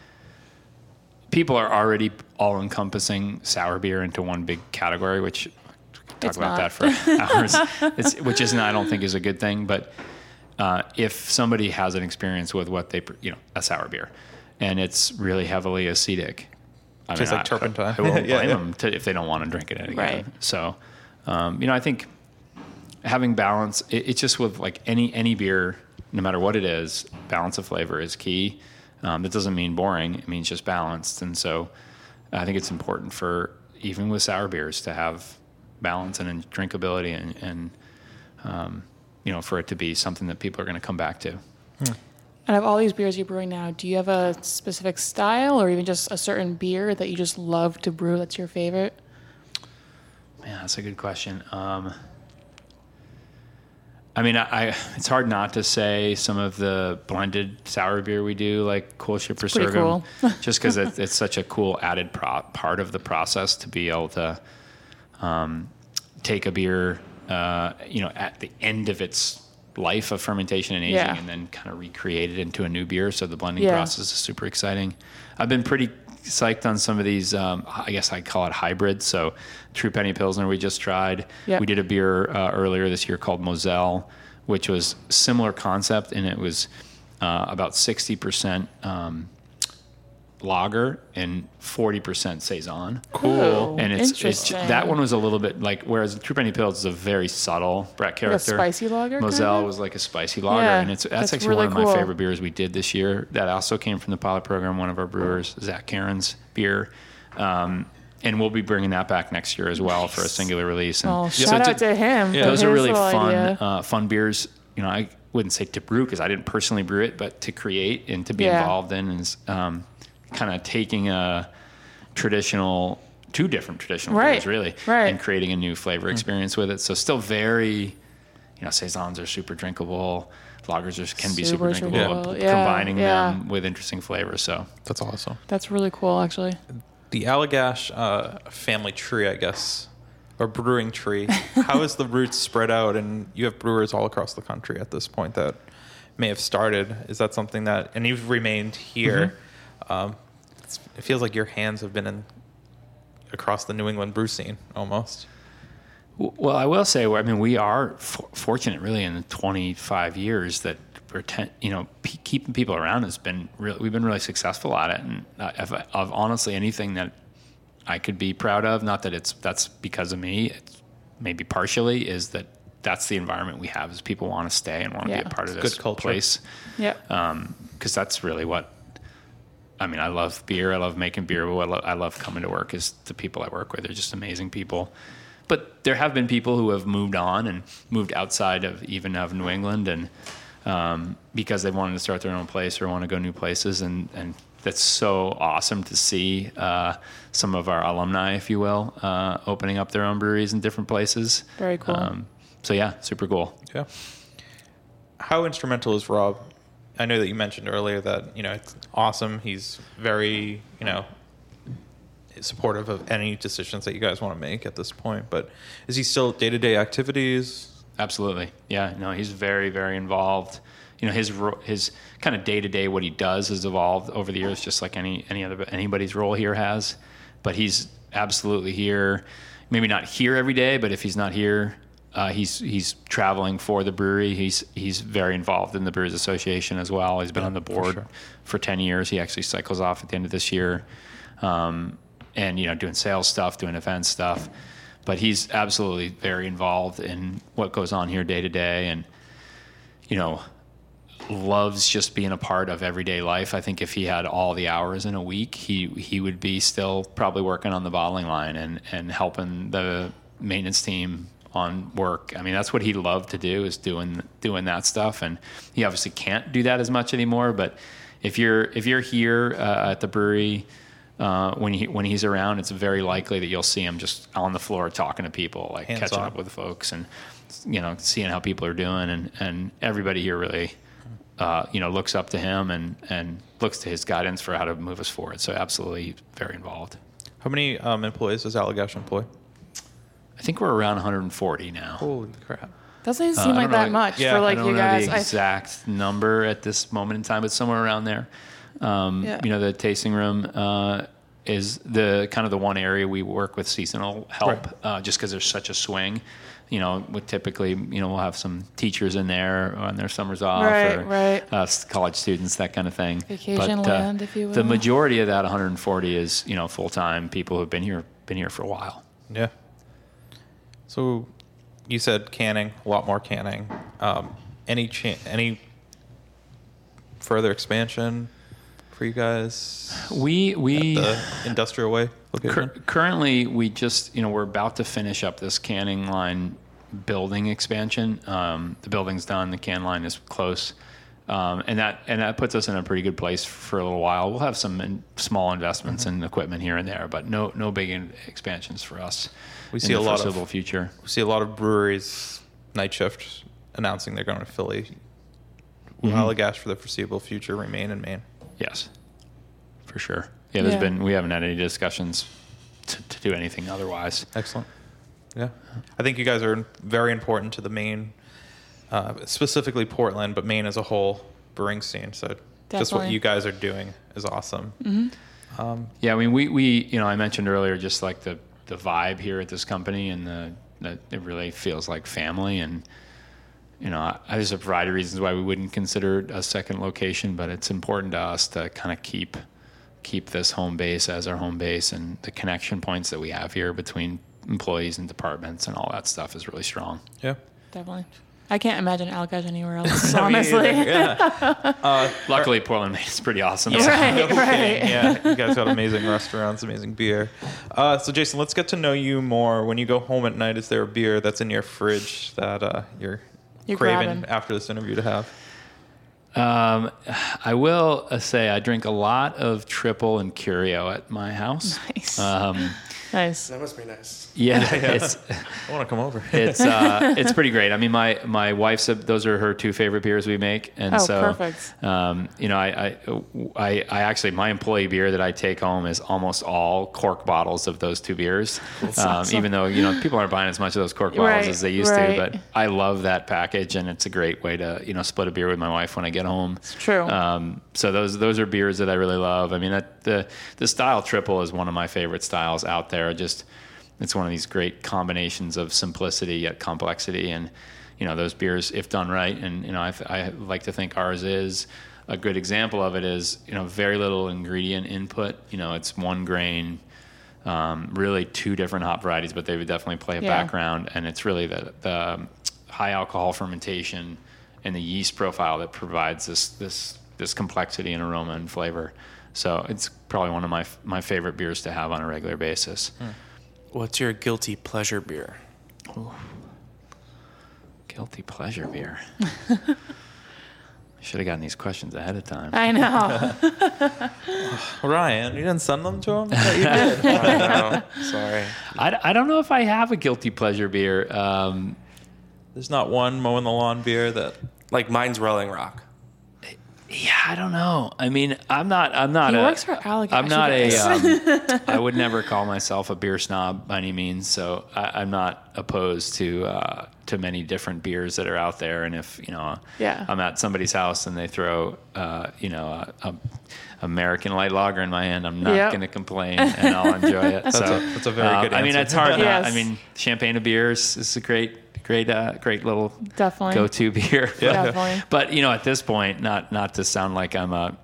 D: people are already all encompassing sour beer into one big category, which talk
A: It's not.
D: about that for hours, it's, which is not, I don't think is a good thing. But uh, if somebody has an experience with what they, pr- you know, a sour beer, and it's really heavily acetic, I
B: Tastes like
D: I-
B: turpentine.
D: I won't
B: Yeah,
D: blame
B: yeah.
D: them to, if they don't want to drink it again.
A: Right.
D: So, um, you know, I think having balance it, it's just with like any any beer no matter what it is balance of flavor is key um, that doesn't mean boring it means just balanced and so i think it's important for even with sour beers to have balance and, and drinkability and, and um, you know for it to be something that people are going to come back to
A: Out of all these beers you're brewing now, do you have a specific style or even just a certain beer that you just love to brew that's your favorite?
D: Yeah, that's a good question. Um, I mean, I, I it's hard not to say some of the blended sour beer we do, like Cool Ship or
A: pretty
D: Sorghum, just because it, it's such a cool added pro- part of the process to be able to um, take a beer, uh, you know, at the end of its life of fermentation and aging,
A: Yeah.
D: and then kind of recreate it into a new beer. So the blending
A: Yeah.
D: process is super exciting. I've been pretty psyched on some of these. Um, I guess I call it hybrid. So True Penny Pilsner we just tried.
A: Yep.
D: We did a beer uh, earlier this year called Moselle, which was similar concept, and it was uh, about sixty percent. Um, lager and 40% saison
A: Cool.
D: and it's, it's
A: Interesting.
D: that one was a little bit like whereas True Penny Pills is a very subtle Brett character.
A: spicy lager
D: Moselle
A: kinda?
D: was like a spicy lager,
A: Yeah,
D: and it's that's,
A: that's
D: actually
A: really
D: one of
A: cool.
D: my favorite beers we did this year. That also came from the pilot program. One of our brewers, Zach Karen's beer. Um, and we'll be bringing that back next year as well for a singular release. And
A: Oh,
D: so
A: shout
D: it's a-
A: out to him.
B: Yeah.
A: for
D: those are
A: his
D: really
A: little
D: fun,
A: idea.
D: uh, fun beers. You know, I wouldn't say to brew because I didn't personally brew it, but to create and to be
A: Yeah.
D: involved in is um, kind of taking a traditional, two different traditional
A: Right.
D: beers really,
A: Right. Hmm.
D: and creating a new flavor experience with it. So still very, you know, saisons are super drinkable. Lagers are, can be super
A: Super
D: drinkable.
A: drinkable.
D: and
A: Yeah.
D: Combining
A: Yeah.
D: them with interesting flavors. So
B: That's awesome.
A: That's really cool, actually.
B: The Allagash uh, family tree, I guess, or brewing tree. How is the roots spread out? And you have brewers all across the country at this point that may have started. Is that something that, and you've remained here? Um, it's, it feels like your hands have been in across the New England brew scene almost.
D: W- Well, I will say, I mean, we are for- fortunate, really, in the 25 years that we're, ten, you know, pe keeping people around has been really, we've been really successful at it. And uh, if, I- of honestly anything that I could be proud of, not that it's, that's because of me, it's maybe partially, is that that's the environment we have is people want to stay and want to
A: Yeah.
D: be a part of
B: It's
D: this
B: good culture.
D: place
A: Yep.
D: Uh, because that's really what I mean. I love beer. I love making beer. But what I, lo- I love coming to work is the people I work with. They're just amazing people. But there have been people who have moved on and moved outside of even of New England, and um, because they wanted to start their own place or want to go new places, and and that's so awesome to see uh, some of our alumni, if you will, uh, opening up their own breweries in different places.
A: Very cool.
D: um, so yeah, super cool.
B: Yeah. How instrumental is Rob? I know that you mentioned earlier that you know it's awesome. He's very you know supportive of any decisions that you guys want to make at this point. But is he still day to day activities?
D: Absolutely. Yeah. No, he's very, very involved. You know, his ro- his kind of day to day what he does has evolved over the years, just like any any other anybody's role here has. But he's absolutely here. Maybe not here every day, but if he's not here, uh, he's he's traveling for the brewery. He's he's very involved in the Brewers Association as well. He's been on the board for,
B: sure.
D: ten years. He actually cycles off at the end of this year, um, and you know, doing sales stuff, doing event stuff but he's absolutely very involved in what goes on here day to day and you know loves just being a part of everyday life i think if he had all the hours in a week he he would be still probably working on the bottling line and and helping the maintenance team on work i mean that's what he loved to do is doing doing that stuff and he obviously can't do that as much anymore but if you're if you're here uh, at the brewery uh, when he when he's around, it's very likely that you'll see him just on the floor talking to people, like
B: Hands
D: catching
B: on.
D: up with folks, and you know, seeing how people are doing, and and everybody here really, uh, you know, looks up to him and and looks to his guidance for how to move us forward. So absolutely, very involved.
B: How many um, employees does Allagash employ?
D: I think we're around 140 now.
B: Holy crap!
A: Doesn't even
D: Uh,
A: seem
D: I
A: like
D: don't know,
A: that much
B: yeah,
A: for
B: I
A: like
D: I don't
A: you
D: know
A: guys.
D: the
A: I-
D: exact number at this moment in time, but somewhere around there. Um,
A: Yeah.
D: You know, the tasting room uh, is the kind of the one area we work with seasonal help, uh, just because there's such a swing. You know, with typically, you know, we'll have some teachers in there on their summers off,
A: Right,
D: or
A: right.
D: Uh, s- college students, that kind of thing.
A: Vacation
D: uh,
A: land, if you
D: The
A: will.
D: majority of that 140 is, you know, full time people who've been here, been here for a while.
B: Yeah. So, you said canning, a lot more canning. Um, any chan any further expansion for you guys?
D: We we
B: The uh, industrial way. location?
D: Cur- currently, we just you know we're about to finish up this canning line building expansion. Um, the building's done. The can line is close, um, and that and that puts us in a pretty good place for a little while. We'll have some in, small investments
B: Mm-hmm.
D: in equipment here and there, but no no big in, expansions for us.
B: We
D: in
B: see a
D: the
B: lot of-
D: foreseeable future.
B: We see a lot of breweries night shift announcing they're going to Philly. Will Allagash for the foreseeable future remain in Maine?
D: Yes, for sure. Yeah, there's
A: Yeah.
D: been we haven't had any discussions to, to do anything otherwise.
B: Excellent. Yeah, I think you guys are very important to the Maine, uh, specifically Portland, but Maine as a whole brewing scene. So just what
A: Definitely. Mm-hmm.
B: you guys are doing is awesome.
D: Yeah, I mean, we, we you know, I mentioned earlier just like the, the vibe here at this company and the that it really feels like family. And, you know, I, there's a variety of reasons why we wouldn't consider a second location, but it's important to us to kind of keep keep this home base as our home base and the connection points that we have here between employees and departments and all that stuff is really strong.
B: Yeah.
A: Definitely. I can't imagine Alcash anywhere else,
B: I mean,
A: honestly.
B: yeah.
D: Luckily, Portland made is pretty awesome.
A: right, right.
B: yeah, you guys got amazing restaurants, amazing beer. Uh, so, Jason, let's get to know you more. When you go home at night, is there a beer that's in your fridge that uh, you're,
A: You're
B: craving
A: grabbing.
B: after this interview to have?
D: Um, I will uh, say I drink a lot of triple and curio at my house.
A: Nice.
D: Um,
A: Nice.
E: That must be nice.
D: Yeah, it's
B: I want to come over.
D: it's uh, it's pretty great. I mean, my my wife's a, those are her two favorite beers we make, and
A: Oh,
D: so
A: perfect.
D: Um, you know, I, I I I actually my employee beer that I take home is almost all cork bottles of those two beers. um,
A: awesome.
D: Even though you know people aren't buying as much of those cork bottles
A: Right,
D: as they used
A: right.
D: to, but I love that package, and it's a great way to you know split a beer with my wife when I get home.
A: True.
D: Um, so those those are beers that I really love. I mean, that the the style triple is one of my favorite styles out there. Just it's one of these great combinations of simplicity yet complexity, and you know those beers if done right. And you know I, th- I like to think ours is a good example of it. Is you know very little ingredient input. You know it's one grain. Um, really, two different hop varieties, but they would definitely play a
A: Yeah.
D: background, and it's really the, the um, high alcohol fermentation and the yeast profile that provides this this this complexity and aroma and flavor. So it's probably one of my f- my favorite beers to have on a regular basis.
A: Hmm.
C: What's your guilty pleasure beer?
D: Guilty pleasure beer. Should have gotten these questions ahead of time.
A: I know.
B: Ryan, you didn't send them to him? Yeah, you did.
C: Sorry.
D: I, I don't know if I have a guilty pleasure beer. Um,
B: There's not one mowing the lawn beer that
C: Like mine's Rolling Rock.
D: yeah, I don't know. I mean, I'm not. I'm not.
A: He
D: a,
A: works for Alligator.
D: I'm not a. Um, I would never call myself a beer snob by any means. So I, I'm not opposed to uh, to many different beers that are out there. And if you know,
A: Yeah.
D: I'm at somebody's house and they throw, uh, you know, a, a American light lager in my hand, I'm not
A: Yep.
D: going to complain, and I'll enjoy it. so uh,
B: a- that's a very good
D: I mean,
B: answer.
D: it's hard. not-
A: Yes.
D: I mean, champagne of beers is a great, great, uh, great little
A: Definitely.
D: go-to beer.
A: Definitely.
D: But you know, at this point, not not to sound like I'm a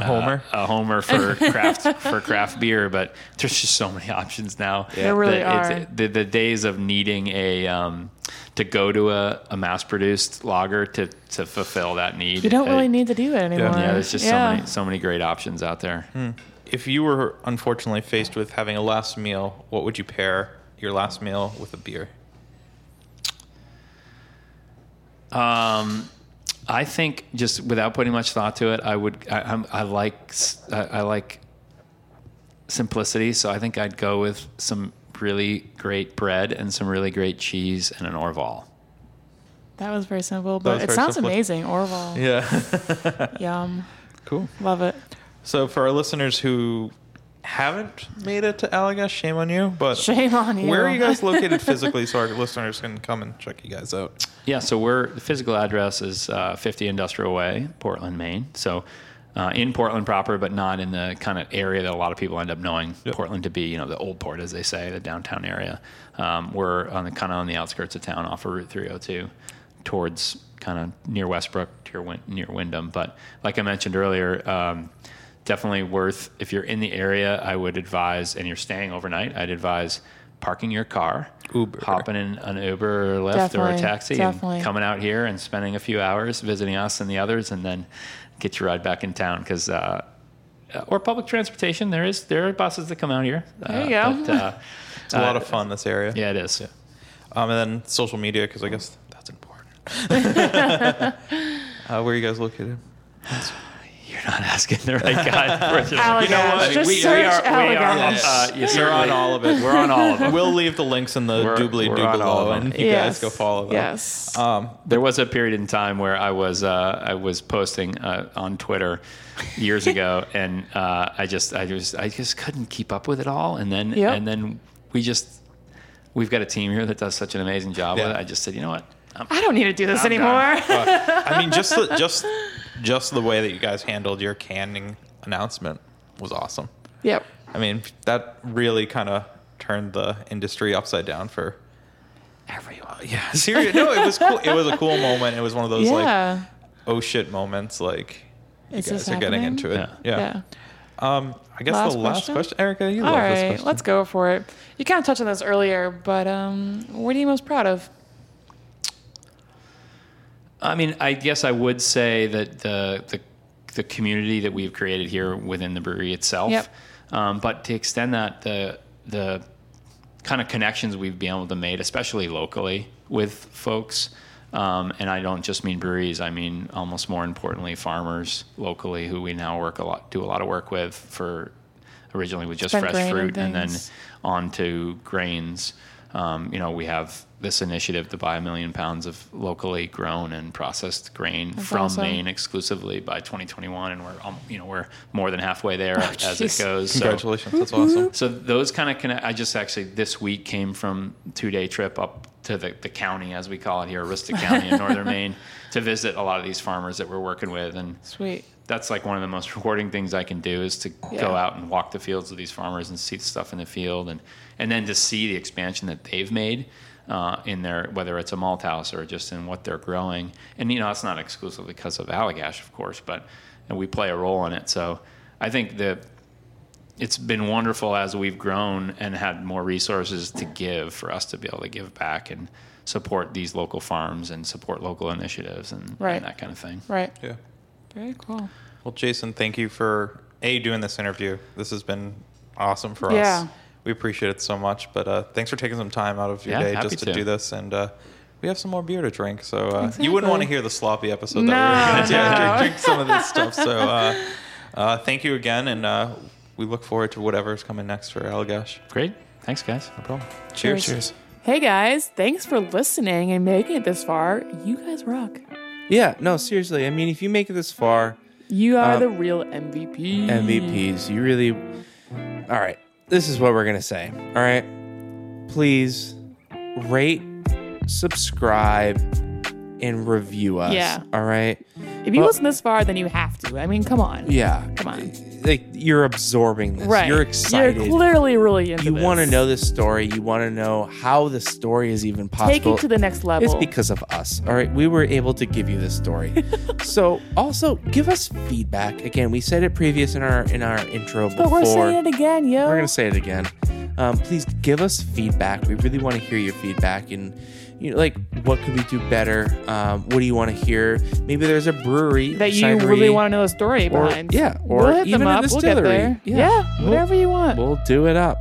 D: Uh,
B: Homer.
D: a homer for craft for craft beer, but there's just so many options now.
A: There really
D: that
A: are.
D: the, the days of needing a um, to go to a, a mass produced lager to to fulfill that need.
A: you don't
D: I-
A: really need to do it anymore.
D: Yeah, there's just
A: Yeah.
D: so many so many great options out there.
B: if you were unfortunately faced with having a last meal, what would you pair your last meal with a beer?
D: Um, I think just without putting much thought to it, I would. I, I'm, I like. s- I, I like simplicity, so I think I'd go with some really great bread and some really great cheese and an Orval.
A: That was very simple,
B: was
A: but it
B: very
A: sounds
B: simple.
A: amazing. Orval.
B: Yeah.
A: Yum.
B: cool.
A: Love it.
B: So for our listeners who haven't made it to Allagash, shame on you. But
A: Shame on you.
B: where are you guys located physically so our listeners can come and check you guys out?
D: Yeah, so we're the physical address is uh, 50 Industrial Way, Portland, Maine. So uh, in Portland proper, but not in the kind of area that a lot of people end up knowing Portland to be. You know, the old port, as they say, the downtown area. Um, we're on the kind of on the outskirts of town, off of Route 302, towards kind of near Westbrook, to your Wyn- near Wyndham. But like I mentioned earlier. Um, Definitely worth if you're in the area. I would advise, and you're staying overnight. I'd advise parking your car,
B: Uber.
D: hopping in an Uber or Lyft Lyft or a
A: Definitely,
D: taxi
A: definitely.
D: and coming out here and spending a few hours visiting us and the others and then get your ride back in town because uh, uh, or public transportation there is there are buses that come out here
A: There you go.
D: uh,
B: It's a lot of fun this area.
D: yeah it is
B: Um, and then social media because I guess that's important. uh, where are you guys located?
D: you're not asking the right guy unfortunately.
A: Allagash. Just
D: we, we
A: search
D: are we are
A: Allagash.
D: uh, yes,
B: You're on
D: certainly.
B: all of it.
D: we're on all of them
B: We'll leave the links in the
D: We're-
B: doobly doo
D: we're on all
B: below,
D: of them.
B: and you guys go follow them.
A: Yes.
B: Um,
D: There was a period in time where I was uh, I was posting uh, on Twitter years ago, and uh, I just I just I just couldn't keep up with it all, and then
A: Yep.
D: and then we just we've got a team here that does such an amazing job
B: Yeah.
D: with it. I just said, you know what, I'm,
A: I don't need to do this
D: I'm
A: anymore.
B: I mean, just the, just just the way that you guys handled your canning announcement was awesome.
A: yep.
B: I mean, that really kind of turned the industry upside down for everyone. Yeah, seriously. No, it was cool. It was a cool moment. It was one of those like
A: yeah.
B: oh shit moments. Like you
A: Is
B: guys
A: this
B: are getting
A: happening?
B: into it.
A: yeah.
B: Yeah. Um, I guess
A: Last
B: the last
A: question?
B: question, Erica, you
A: All
B: love this
A: right,
B: question.
A: let's go for it. You kind of touched on this earlier, but um, what are you most proud of?
D: I mean, I guess I would say that the the, the community that we've created here within the brewery itself,
A: Yep.
D: um, but to extend that, the the kind of connections we've been able to make, especially locally with folks. Um, and I don't just mean breweries. I mean almost more importantly, farmers locally who we now work a lot, do a lot of work with. For originally with just
A: Spent
D: fresh
A: grain
D: fruit,
A: and
D: and then
A: things.
D: on to grains. Um, you know, we have this initiative to buy a million pounds of locally grown and processed grain from
A: awesome.
D: Maine exclusively by 2021, and we're um, you know we're more than halfway there as it
A: Oh, jeez.
D: goes. So
B: Congratulations, that's awesome.
D: so those kind of connect. I just actually this week came from two day trip up to the, the county as we call it here, Arista County in northern Maine, to visit a lot of these farmers that we're working with, and
A: Sweet.
D: that's like one of the most rewarding things I can do is to
A: Yeah.
D: go out and walk the fields with these farmers and see the stuff in the field and and then to see the expansion that they've made uh, in their whether it's a malt house or just in what they're growing and you know it's not exclusively because of Allagash of course but and we play a role in it so I think the it's been wonderful as we've grown and had more resources to give for us to be able to give back and support these local farms and support local initiatives and,
A: Right.
D: and that kind of thing.
A: Right.
B: Yeah.
A: Very cool.
B: Well, Jason, thank you for a doing this interview. This has been awesome for
A: Yeah.
B: us. We appreciate it so much. But uh, thanks for taking some time out of your
D: Yeah,
B: day
D: happy
B: just to,
D: to.
B: do this. And uh, we have some more beer to drink, so uh, you
A: Exactly.
B: wouldn't want to hear the sloppy episode
A: No,
B: that we were going to do
A: no.
B: after drink some of this stuff. So uh, uh, thank you again, and uh, we look forward to whatever's coming next for Allagash.
D: Great. Thanks, guys.
B: No problem.
A: Cheers. Cheers. Hey guys, thanks for listening and making it this far. You guys rock.
C: Yeah, no, seriously. I mean, if you make it this far,
A: You are
C: Um,
A: the real MVP.
C: MVPs, you really. All right, this is what we're gonna say. All right, please rate, subscribe, and review us.
A: Yeah.
C: All right.
A: If you
C: Well-
A: listen this far, then you have to. I mean, come on.
C: Yeah.
A: Come on.
C: Like you're absorbing this.
A: Right.
C: You're excited.
A: You're clearly really into
C: you
A: this.
C: want to know this story. You want to know how the story is even possible.
A: Take it to the next level.
C: It's because of us. All right. We were able to give you this story. so also give us feedback. Again, we said it previous in our in our intro before.
A: but we're saying it again, yo.
C: We're gonna say it again. Um, please give us feedback. We really want to hear your feedback and you know, like what could we do better? Um, what do you want to hear? Maybe there's a brewery
A: that you really want to know the story
C: Or-
A: behind.
C: yeah, or
A: we'll hit
C: even
A: them
C: a
A: up. We'll get
C: distillery.
A: there.
C: Yeah.
A: Yeah,
C: We'll-
A: whatever you want.
C: We'll do it up.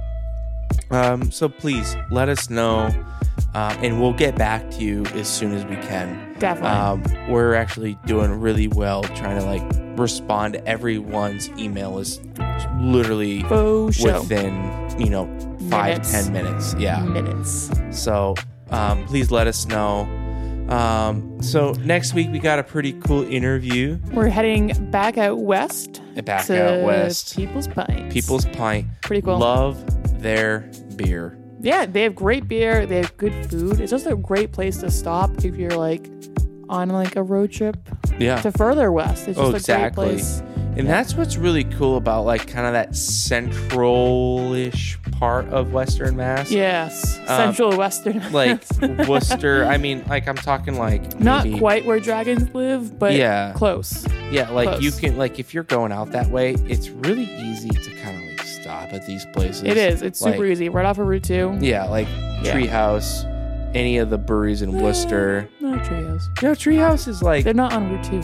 C: Um, so please let us know, um, and we'll get back to you as soon as we can.
A: Definitely.
C: Um, we're actually doing really well trying to like respond to everyone's email is literally
A: Faux show.
C: within you know five
A: Minutes.
C: ten minutes. Yeah.
A: Minutes.
C: So um, please let us know. Um, so next week we got a pretty cool interview.
A: We're heading back out west.
C: Back
A: to
C: out west.
A: People's Pines.
C: People's Pint.
A: Pretty cool.
C: Love their beer.
E: yeah, they have great beer. They have good food. It's just a great place to stop if you're like on like a road trip
C: Yeah.
E: to further west. It's
C: Oh,
E: just a
C: exactly.
E: great place.
C: And that's what's really cool about like kind of that central-ish part of Western Mass.
E: Yes, central western.
C: Like Worcester. I mean, like I'm talking like
E: not
C: maybe-
E: quite where dragons live, but
C: Yeah.
E: close.
C: Yeah, like you
E: close.
C: can like if you're going out that way, it's really easy to kind of like stop at these places.
E: It is. It's super
C: Like-
E: easy. Right off of Route Two.
C: Yeah, like
E: Yeah. Eh,
C: Treehouse, any of the breweries in Worcester.
E: No trios.
C: No, Treehouse is like
E: They're
C: it
E: not on Route Two.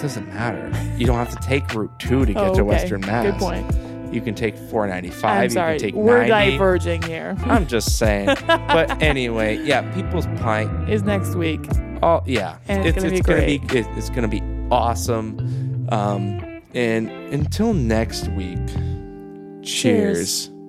C: doesn't matter. You don't have to take Route Two to get
E: Oh,
C: to
E: okay.
C: Western Mass.
E: Good point.
C: You can take 495.
E: I'm
C: you
E: sorry.
C: can take
E: We're
C: 90.
E: diverging here.
C: I'm just saying. but anyway, yeah, People's Pint.
E: Is next week.
C: All yeah,
E: And it's gonna be
C: gonna be it, it's gonna be awesome. Um, and until next week, cheers.
E: Cheers.